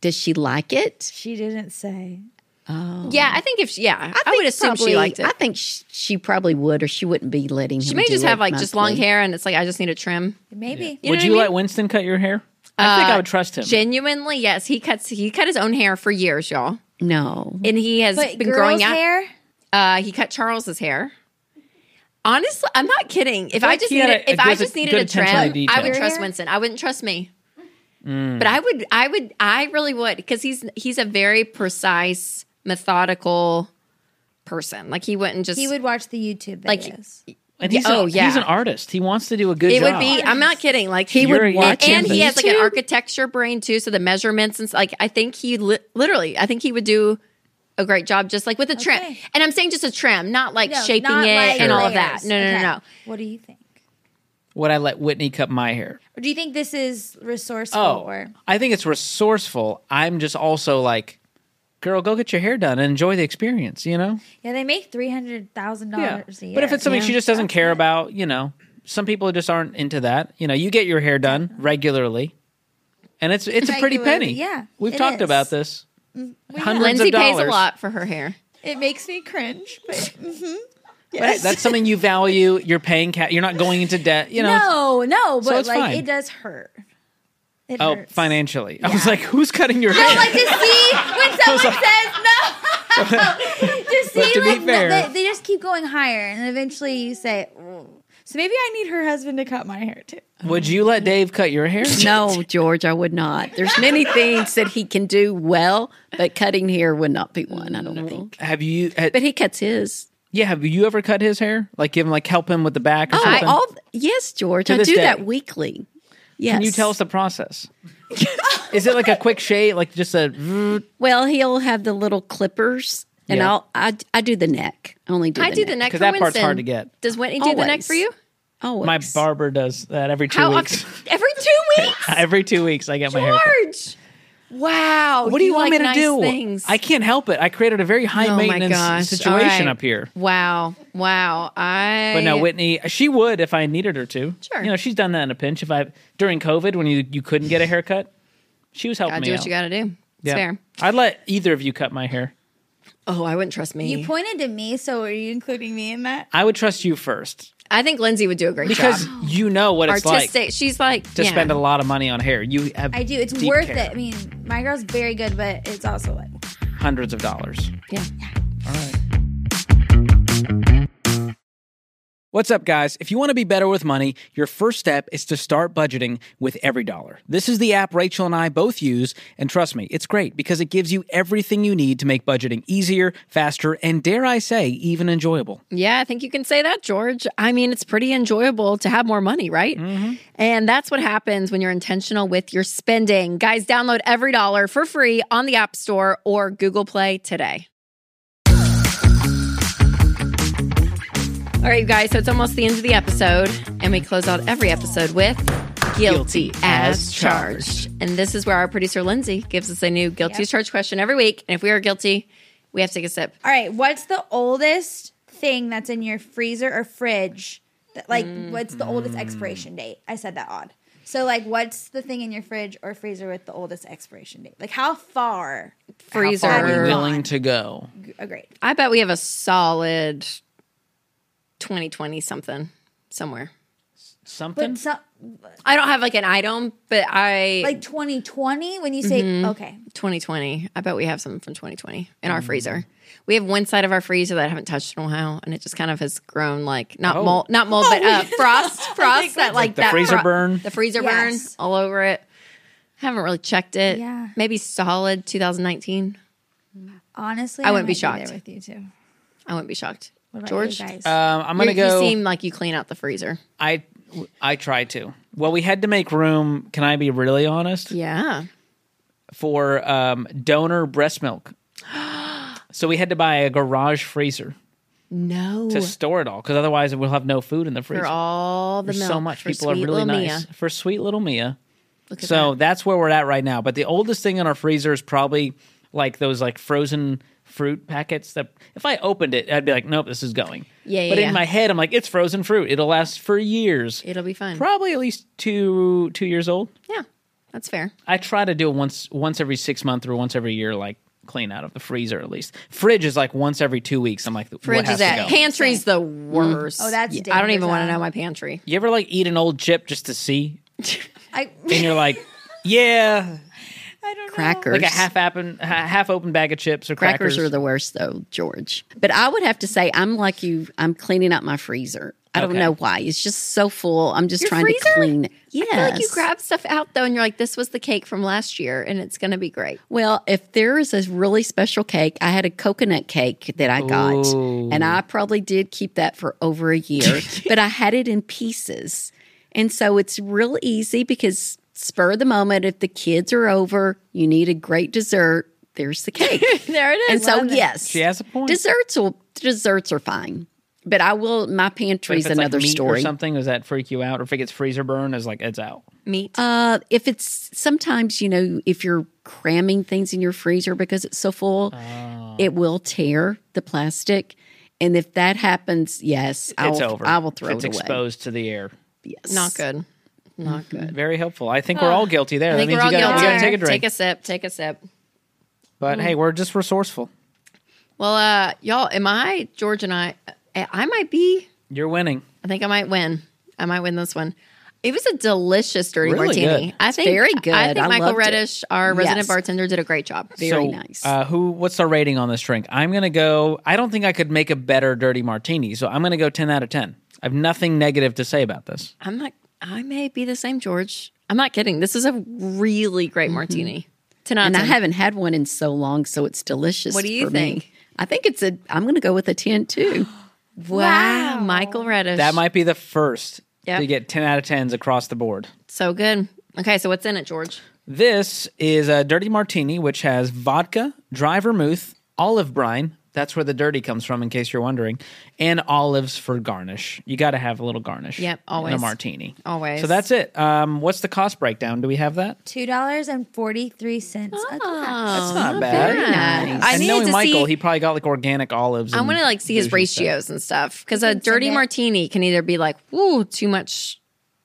[SPEAKER 3] does she like it?
[SPEAKER 4] She didn't say.
[SPEAKER 2] Yeah, I think if she, yeah, I,
[SPEAKER 3] think
[SPEAKER 2] would assume
[SPEAKER 3] probably-
[SPEAKER 2] she liked it.
[SPEAKER 3] I think she, she probably would, or she wouldn't be letting him.
[SPEAKER 2] she may
[SPEAKER 3] do
[SPEAKER 2] just have
[SPEAKER 3] it
[SPEAKER 2] like just long
[SPEAKER 3] monthly.
[SPEAKER 2] hair, and it's like I just need a trim.
[SPEAKER 4] Maybe.
[SPEAKER 2] know
[SPEAKER 1] Would
[SPEAKER 2] what
[SPEAKER 1] you
[SPEAKER 2] I mean?
[SPEAKER 1] let Winston cut your hair? I think I would trust him.
[SPEAKER 2] Genuinely, yes, he cuts he cut his own hair for years, y'all,
[SPEAKER 3] No,
[SPEAKER 2] and he has
[SPEAKER 4] But
[SPEAKER 2] been
[SPEAKER 4] girls'
[SPEAKER 2] growing out.
[SPEAKER 4] hair?
[SPEAKER 2] Uh, he cut Charles's hair. Honestly, I'm not kidding. If I
[SPEAKER 1] Like
[SPEAKER 2] just
[SPEAKER 1] he had
[SPEAKER 2] needed,
[SPEAKER 1] a-
[SPEAKER 2] if
[SPEAKER 1] a
[SPEAKER 2] I
[SPEAKER 1] good-
[SPEAKER 2] just needed
[SPEAKER 1] good
[SPEAKER 2] a trim,
[SPEAKER 1] attention to
[SPEAKER 2] I
[SPEAKER 1] detail. Mm.
[SPEAKER 2] would trust
[SPEAKER 4] Your-
[SPEAKER 2] Winston. I wouldn't trust me. But I would, I would, I really would, because he's he's a very precise, methodical person. Like he wouldn't just.
[SPEAKER 4] He would watch the YouTube videos.
[SPEAKER 2] Like-
[SPEAKER 1] And he's
[SPEAKER 2] Yeah,
[SPEAKER 1] a-
[SPEAKER 2] oh, yeah.
[SPEAKER 1] he's an artist. He wants to do a good
[SPEAKER 2] It
[SPEAKER 1] job.
[SPEAKER 2] would be. I'm not kidding. Like
[SPEAKER 3] he
[SPEAKER 1] You're
[SPEAKER 3] would
[SPEAKER 1] a-
[SPEAKER 3] watch
[SPEAKER 2] and
[SPEAKER 3] him,
[SPEAKER 2] he
[SPEAKER 3] but-
[SPEAKER 2] has like an architecture brain too. So the measurements and s- like I think he li- literally, I think he would do a great job, just like with a trim.
[SPEAKER 4] Okay.
[SPEAKER 2] And I'm saying just a trim, not like
[SPEAKER 4] No,
[SPEAKER 2] shaping
[SPEAKER 4] not
[SPEAKER 2] it
[SPEAKER 4] like
[SPEAKER 2] and all of that.
[SPEAKER 4] layers.
[SPEAKER 2] No, no, no,
[SPEAKER 4] Okay.
[SPEAKER 2] no.
[SPEAKER 4] What do you think?
[SPEAKER 1] Would I let Whitney cut my hair?
[SPEAKER 4] Or do you think this is resourceful or
[SPEAKER 1] I think it's resourceful. I'm just also like, girl, go get your hair done and enjoy the experience. You know?
[SPEAKER 4] Yeah, they make $300,000 a year.
[SPEAKER 1] But if it's something
[SPEAKER 2] Yeah.
[SPEAKER 1] she just doesn't care about, you know, some people just aren't into that. You know, you get your hair done regularly, and it's it's a pretty
[SPEAKER 4] Regularly,
[SPEAKER 1] penny.
[SPEAKER 4] yeah,
[SPEAKER 1] we've
[SPEAKER 4] it
[SPEAKER 1] talked
[SPEAKER 4] is.
[SPEAKER 1] about this. Hundreds
[SPEAKER 2] Mm, Lindsay
[SPEAKER 1] of dollars.
[SPEAKER 2] pays a lot for her hair.
[SPEAKER 4] it makes me cringe, but
[SPEAKER 1] That's something you value. You're paying cat. You're not going into debt. You know.
[SPEAKER 4] no, no, but
[SPEAKER 1] So it's
[SPEAKER 4] like
[SPEAKER 1] fine.
[SPEAKER 4] it does hurt. It
[SPEAKER 1] Oh,
[SPEAKER 4] hurts.
[SPEAKER 1] financially. I was like, who's cutting your
[SPEAKER 4] I
[SPEAKER 1] hair?
[SPEAKER 4] don't like to see when someone says no. to see
[SPEAKER 1] to be
[SPEAKER 4] like no,
[SPEAKER 1] fair-
[SPEAKER 4] they, they just keep going higher, and eventually you say, "Mm." "So maybe I need her husband to cut my hair too."
[SPEAKER 1] Would you let Dave cut your hair?
[SPEAKER 3] no, George, I would not. There's many things that he can do well, but cutting hair would not be one. I don't think.
[SPEAKER 1] Have you? Had,
[SPEAKER 3] But he cuts his.
[SPEAKER 1] yeah, have you ever cut his hair? Like, give him like help him with the back or
[SPEAKER 3] Oh, I,
[SPEAKER 1] something.
[SPEAKER 3] all yes, George, I
[SPEAKER 1] this
[SPEAKER 3] do
[SPEAKER 1] day.
[SPEAKER 3] that weekly. Yes.
[SPEAKER 1] Can you tell us the process? Is it like a quick shave, like just a?
[SPEAKER 3] Well, he'll have the little clippers, and
[SPEAKER 1] Yeah.
[SPEAKER 3] I'll I, I do the neck. I only do.
[SPEAKER 2] I
[SPEAKER 3] the
[SPEAKER 2] do
[SPEAKER 3] neck.
[SPEAKER 2] the neck
[SPEAKER 1] 'Cause
[SPEAKER 2] for
[SPEAKER 1] that part's
[SPEAKER 2] Winston.
[SPEAKER 1] hard to get.
[SPEAKER 2] Does Whitney do the neck for
[SPEAKER 3] Always.
[SPEAKER 2] you?
[SPEAKER 3] Always.
[SPEAKER 1] My barber does that every two
[SPEAKER 2] How
[SPEAKER 1] weeks.
[SPEAKER 2] often? Every two weeks.
[SPEAKER 1] every two weeks, I get my hair. cut.
[SPEAKER 2] George. Wow.
[SPEAKER 1] What do you, want
[SPEAKER 2] like
[SPEAKER 1] me to
[SPEAKER 2] nice
[SPEAKER 1] do?
[SPEAKER 2] Things.
[SPEAKER 1] I can't help it. I created a very high
[SPEAKER 2] oh my
[SPEAKER 1] maintenance
[SPEAKER 2] gosh. All
[SPEAKER 1] situation
[SPEAKER 2] right.
[SPEAKER 1] up here.
[SPEAKER 2] Wow. Wow. I.
[SPEAKER 1] But no, Whitney, she would if I needed her to.
[SPEAKER 2] Sure.
[SPEAKER 1] You know, she's done that in a pinch. If I during COVID when you you couldn't get a haircut, she was helping
[SPEAKER 2] Gotta
[SPEAKER 1] me
[SPEAKER 2] do what
[SPEAKER 1] out.
[SPEAKER 2] you gotta do. It's
[SPEAKER 1] Yeah.
[SPEAKER 2] fair.
[SPEAKER 1] I'd let either of you cut my hair.
[SPEAKER 2] Oh, I wouldn't trust me.
[SPEAKER 4] You pointed to me, so are you including me in that?
[SPEAKER 1] I would trust you first
[SPEAKER 2] I think Lindsay would do a great
[SPEAKER 1] because
[SPEAKER 2] job.
[SPEAKER 1] you know what it's
[SPEAKER 2] Artistic.
[SPEAKER 1] like
[SPEAKER 2] she's like
[SPEAKER 1] to
[SPEAKER 2] yeah.
[SPEAKER 1] spend a lot of money on hair. You have
[SPEAKER 4] I do. It's
[SPEAKER 1] deep
[SPEAKER 4] worth
[SPEAKER 1] care.
[SPEAKER 4] it. I mean, my girl's very good, but it's also like
[SPEAKER 1] hundreds of dollars.
[SPEAKER 2] Yeah.
[SPEAKER 1] What's up, guys? If you want to be better with money, your first step is to start budgeting with every dollar. This is the app Rachel and I both use, and trust me, it's great because it gives you everything you need to make budgeting easier, faster, and dare I say, even enjoyable.
[SPEAKER 2] Yeah, I think you can say that, George. I mean, it's pretty enjoyable to have more money, right? And that's what happens when you're intentional with your spending. Guys, download every dollar for free on the App Store or Google Play today. All right, you guys, so it's almost the end of the episode, and we close out every episode with Guilty, as, charged. And this is where our producer, Lindsay, gives us a new Guilty as Charged question every week. And if we are guilty, we have to take a sip.
[SPEAKER 4] All right, what's the oldest thing that's in your freezer or fridge? That, like, what's the oldest expiration date? I said that odd. So, like, what's the thing in your fridge or freezer with the oldest expiration date? Like, how far? Oh,
[SPEAKER 2] Freezer.
[SPEAKER 1] Are
[SPEAKER 4] That'd
[SPEAKER 1] you
[SPEAKER 4] be
[SPEAKER 1] willing
[SPEAKER 4] fine.
[SPEAKER 1] to go?
[SPEAKER 4] Agreed.
[SPEAKER 2] I bet we have a solid 2020 something somewhere.
[SPEAKER 1] Something?
[SPEAKER 4] But some,
[SPEAKER 2] I don't have like an item, but I like
[SPEAKER 4] like 2020, when you say,
[SPEAKER 2] Mm-hmm.
[SPEAKER 4] okay,
[SPEAKER 2] 2020. I bet we have something from 2020 in
[SPEAKER 1] Mm.
[SPEAKER 2] our freezer. We have one side of our freezer that I haven't touched in a while, and it just kind of has grown like not
[SPEAKER 1] Oh.
[SPEAKER 2] mold, not mold, but uh, frost, frost that like
[SPEAKER 1] the
[SPEAKER 2] that
[SPEAKER 1] freezer burn?
[SPEAKER 2] the freezer burn
[SPEAKER 4] Yes.
[SPEAKER 2] all over it. haven't really checked it.
[SPEAKER 4] Yeah.
[SPEAKER 2] maybe solid 2019.
[SPEAKER 4] honestly,
[SPEAKER 2] I wouldn't be
[SPEAKER 4] might there
[SPEAKER 2] shocked.
[SPEAKER 4] with you too.
[SPEAKER 2] I wouldn't be shocked.
[SPEAKER 4] What about
[SPEAKER 2] George, Uh,
[SPEAKER 4] you guys?
[SPEAKER 1] Um, I'm going to
[SPEAKER 2] you- you
[SPEAKER 1] go.
[SPEAKER 2] seem like you clean out the freezer.
[SPEAKER 1] I I try to. Well, we had to make room. Can I be really honest?
[SPEAKER 2] Yeah.
[SPEAKER 1] For um, donor breast milk, so we had to buy a garage freezer
[SPEAKER 2] No.
[SPEAKER 1] to store it all, because otherwise we'll have no food in the freezer.
[SPEAKER 2] for all the
[SPEAKER 1] There's
[SPEAKER 2] milk.
[SPEAKER 1] so much.
[SPEAKER 2] for
[SPEAKER 1] People are
[SPEAKER 2] sweet
[SPEAKER 1] really
[SPEAKER 2] little
[SPEAKER 1] nice
[SPEAKER 2] Mia.
[SPEAKER 1] for sweet little Mia.
[SPEAKER 2] Look at
[SPEAKER 1] So
[SPEAKER 2] that.
[SPEAKER 1] that's where we're at right now. But the oldest thing in our freezer is probably like those like frozen fruit packets that if I opened it, I'd be like, nope, this is going.
[SPEAKER 2] Yeah, yeah,
[SPEAKER 1] But
[SPEAKER 2] yeah.
[SPEAKER 1] in my head, I'm like, it's frozen fruit. It'll last for years.
[SPEAKER 2] it'll be fun.
[SPEAKER 1] Probably at least two two years old.
[SPEAKER 2] yeah, that's fair.
[SPEAKER 1] I try to do it once once every six months or once every year, like clean out of the freezer at least. Fridge is like once every two weeks. I'm like, what
[SPEAKER 2] Fridge
[SPEAKER 1] has
[SPEAKER 2] is
[SPEAKER 1] to
[SPEAKER 2] at
[SPEAKER 1] go?
[SPEAKER 2] pantry's the worst.
[SPEAKER 4] Oh, that's
[SPEAKER 2] Yeah, I don't even
[SPEAKER 4] dangerous,
[SPEAKER 2] want to
[SPEAKER 4] huh?
[SPEAKER 2] know my pantry.
[SPEAKER 1] You ever like eat an old chip just to see,
[SPEAKER 4] I,
[SPEAKER 1] and you're like, yeah,
[SPEAKER 4] I don't know.
[SPEAKER 1] like
[SPEAKER 2] Crackers.
[SPEAKER 1] a half open a half open bag of chips or
[SPEAKER 3] Crackers
[SPEAKER 1] crackers.
[SPEAKER 3] are the worst, though, George. But I would have to say, I'm like you. I'm cleaning out my freezer. I don't
[SPEAKER 1] Okay.
[SPEAKER 3] know why. It's just so full. I'm just
[SPEAKER 2] Your
[SPEAKER 3] trying
[SPEAKER 2] freezer?
[SPEAKER 3] to clean.
[SPEAKER 2] I
[SPEAKER 3] Yes.
[SPEAKER 2] feel like you grab stuff out though, and you're like, "This was the cake from last year, and it's gonna be great."
[SPEAKER 3] Well, if there is a really special cake, I had a coconut cake that I got,
[SPEAKER 1] Ooh.
[SPEAKER 3] and I probably did keep that for over a year, but I had it in pieces. And so it's real easy because spur of the moment, if the kids are over, you need a great dessert, there's the cake.
[SPEAKER 2] there it is.
[SPEAKER 3] and so,
[SPEAKER 4] Love it.
[SPEAKER 3] yes,
[SPEAKER 1] She has a point.
[SPEAKER 3] desserts will desserts are fine, but I will. My
[SPEAKER 1] But
[SPEAKER 3] pantry
[SPEAKER 1] if
[SPEAKER 3] is
[SPEAKER 1] it's, like,
[SPEAKER 3] another
[SPEAKER 1] meat Or
[SPEAKER 3] story.
[SPEAKER 1] something does that freak you out? Or if it gets freezer burn, is like it's out.
[SPEAKER 2] meat.
[SPEAKER 3] Uh, if it's sometimes you know if you're cramming things in your freezer because it's so full,
[SPEAKER 1] Ah.
[SPEAKER 3] it will tear the plastic, and if that happens, yes, I
[SPEAKER 1] it's
[SPEAKER 3] will,
[SPEAKER 1] over.
[SPEAKER 3] I will throw
[SPEAKER 1] if it's
[SPEAKER 3] it away.
[SPEAKER 1] exposed to the air.
[SPEAKER 3] Yes.
[SPEAKER 2] Not good. Not good.
[SPEAKER 1] Very helpful. Mm-hmm. I think we're all guilty there.
[SPEAKER 2] I
[SPEAKER 1] that
[SPEAKER 2] think
[SPEAKER 1] means
[SPEAKER 2] we're all
[SPEAKER 1] you gotta,
[SPEAKER 2] guilty.
[SPEAKER 1] you gotta take a drink.
[SPEAKER 2] Take a sip. Take a sip.
[SPEAKER 1] but hey, we're just resourceful.
[SPEAKER 2] Well, uh, y'all, am I George and I? I might be
[SPEAKER 1] You're winning.
[SPEAKER 2] I think I might win. I might win this one. It was a delicious dirty
[SPEAKER 1] Really
[SPEAKER 2] martini.
[SPEAKER 1] good.
[SPEAKER 2] I think
[SPEAKER 3] very good.
[SPEAKER 2] I think
[SPEAKER 3] I
[SPEAKER 2] Michael
[SPEAKER 3] loved it.
[SPEAKER 2] Reddish, our resident
[SPEAKER 3] Yes.
[SPEAKER 2] bartender, did a great job.
[SPEAKER 3] Very
[SPEAKER 1] So,
[SPEAKER 3] nice.
[SPEAKER 1] Uh, who? What's our rating on this drink? I'm gonna go. I don't think I could make a better dirty martini, so I'm gonna go 10 out of 10. I have nothing negative to say about this.
[SPEAKER 2] I'm not. I may be the same, George. I'm not kidding. This is a really great martini. Tonight,
[SPEAKER 3] and I haven't had one in so long, so it's delicious.
[SPEAKER 2] What do you
[SPEAKER 3] for me.
[SPEAKER 2] think?
[SPEAKER 3] I think it's a. I'm going to go with a ten too.
[SPEAKER 2] wow, Michael Reddish.
[SPEAKER 1] That might be the first
[SPEAKER 2] Yep.
[SPEAKER 1] to get 10 out of 10s across the board.
[SPEAKER 2] so good. Okay, so what's in it, George?
[SPEAKER 1] This is a dirty martini, which has vodka, dry vermouth, olive brine, That's where the dirty comes from, in case you're wondering. And olives for garnish. You got to have a little garnish.
[SPEAKER 2] Yep,
[SPEAKER 1] In a
[SPEAKER 2] always.
[SPEAKER 1] martini.
[SPEAKER 2] Always.
[SPEAKER 1] So that's it. Um, what's the cost breakdown? Do we have that?
[SPEAKER 4] Two dollars and forty three cents. a glass.
[SPEAKER 2] Oh,
[SPEAKER 1] not bad.
[SPEAKER 2] very nice. I
[SPEAKER 1] and
[SPEAKER 2] needed
[SPEAKER 1] knowing
[SPEAKER 2] to
[SPEAKER 1] Michael,
[SPEAKER 2] see.
[SPEAKER 1] he probably got like organic olives.
[SPEAKER 2] I
[SPEAKER 1] and
[SPEAKER 2] want to like see his
[SPEAKER 1] bougie stuff.
[SPEAKER 2] ratios and stuff because a
[SPEAKER 4] can send
[SPEAKER 2] dirty
[SPEAKER 4] it.
[SPEAKER 2] martini can either be like, "Ooh, too much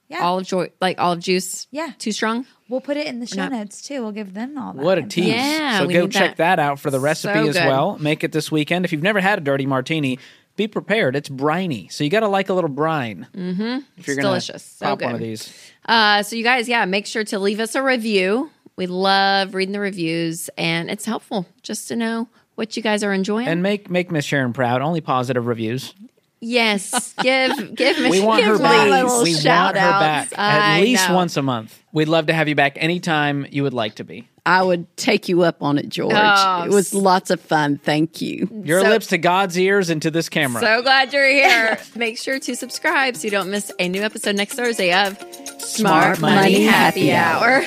[SPEAKER 4] Yeah.
[SPEAKER 2] olive joy, like olive juice,
[SPEAKER 4] Yeah.
[SPEAKER 2] too strong."
[SPEAKER 4] We'll put it in the show
[SPEAKER 2] not-
[SPEAKER 4] notes too. We'll give them all. That
[SPEAKER 1] What a
[SPEAKER 4] info.
[SPEAKER 1] tease.
[SPEAKER 2] Yeah,
[SPEAKER 1] so
[SPEAKER 2] we
[SPEAKER 1] go
[SPEAKER 2] need
[SPEAKER 1] check that.
[SPEAKER 2] that.
[SPEAKER 1] out for the recipe
[SPEAKER 2] So
[SPEAKER 1] as
[SPEAKER 2] good.
[SPEAKER 1] well. Make it this weekend. If you've never had a dirty martini, be prepared. It's briny. So you got to like a little brine. Mm-hmm. If you're
[SPEAKER 2] It's
[SPEAKER 1] gonna
[SPEAKER 2] delicious. So
[SPEAKER 1] pop one
[SPEAKER 2] good.
[SPEAKER 1] of these.
[SPEAKER 2] Uh, so you guys, yeah, make sure to leave us a review. We love reading the reviews, and it's helpful just to know what you guys are enjoying.
[SPEAKER 1] And make make Miss Sharon proud. Only positive reviews.
[SPEAKER 2] yes, give give
[SPEAKER 1] We want her
[SPEAKER 2] give
[SPEAKER 1] back.
[SPEAKER 2] Lala
[SPEAKER 1] We
[SPEAKER 2] a little
[SPEAKER 1] want her
[SPEAKER 2] shout outs.
[SPEAKER 1] back at
[SPEAKER 2] I
[SPEAKER 1] least
[SPEAKER 2] know.
[SPEAKER 1] once a month. We'd love to have you back anytime you would like to be.
[SPEAKER 3] I would take you up on it, George.
[SPEAKER 2] Oh,
[SPEAKER 3] it was lots of fun. Thank you.
[SPEAKER 1] Your
[SPEAKER 2] So-
[SPEAKER 1] lips to God's ears and to this camera.
[SPEAKER 2] So glad you're here. Make sure to subscribe so you don't miss a new episode next Thursday of Smart,
[SPEAKER 3] Money Happy
[SPEAKER 2] Hour.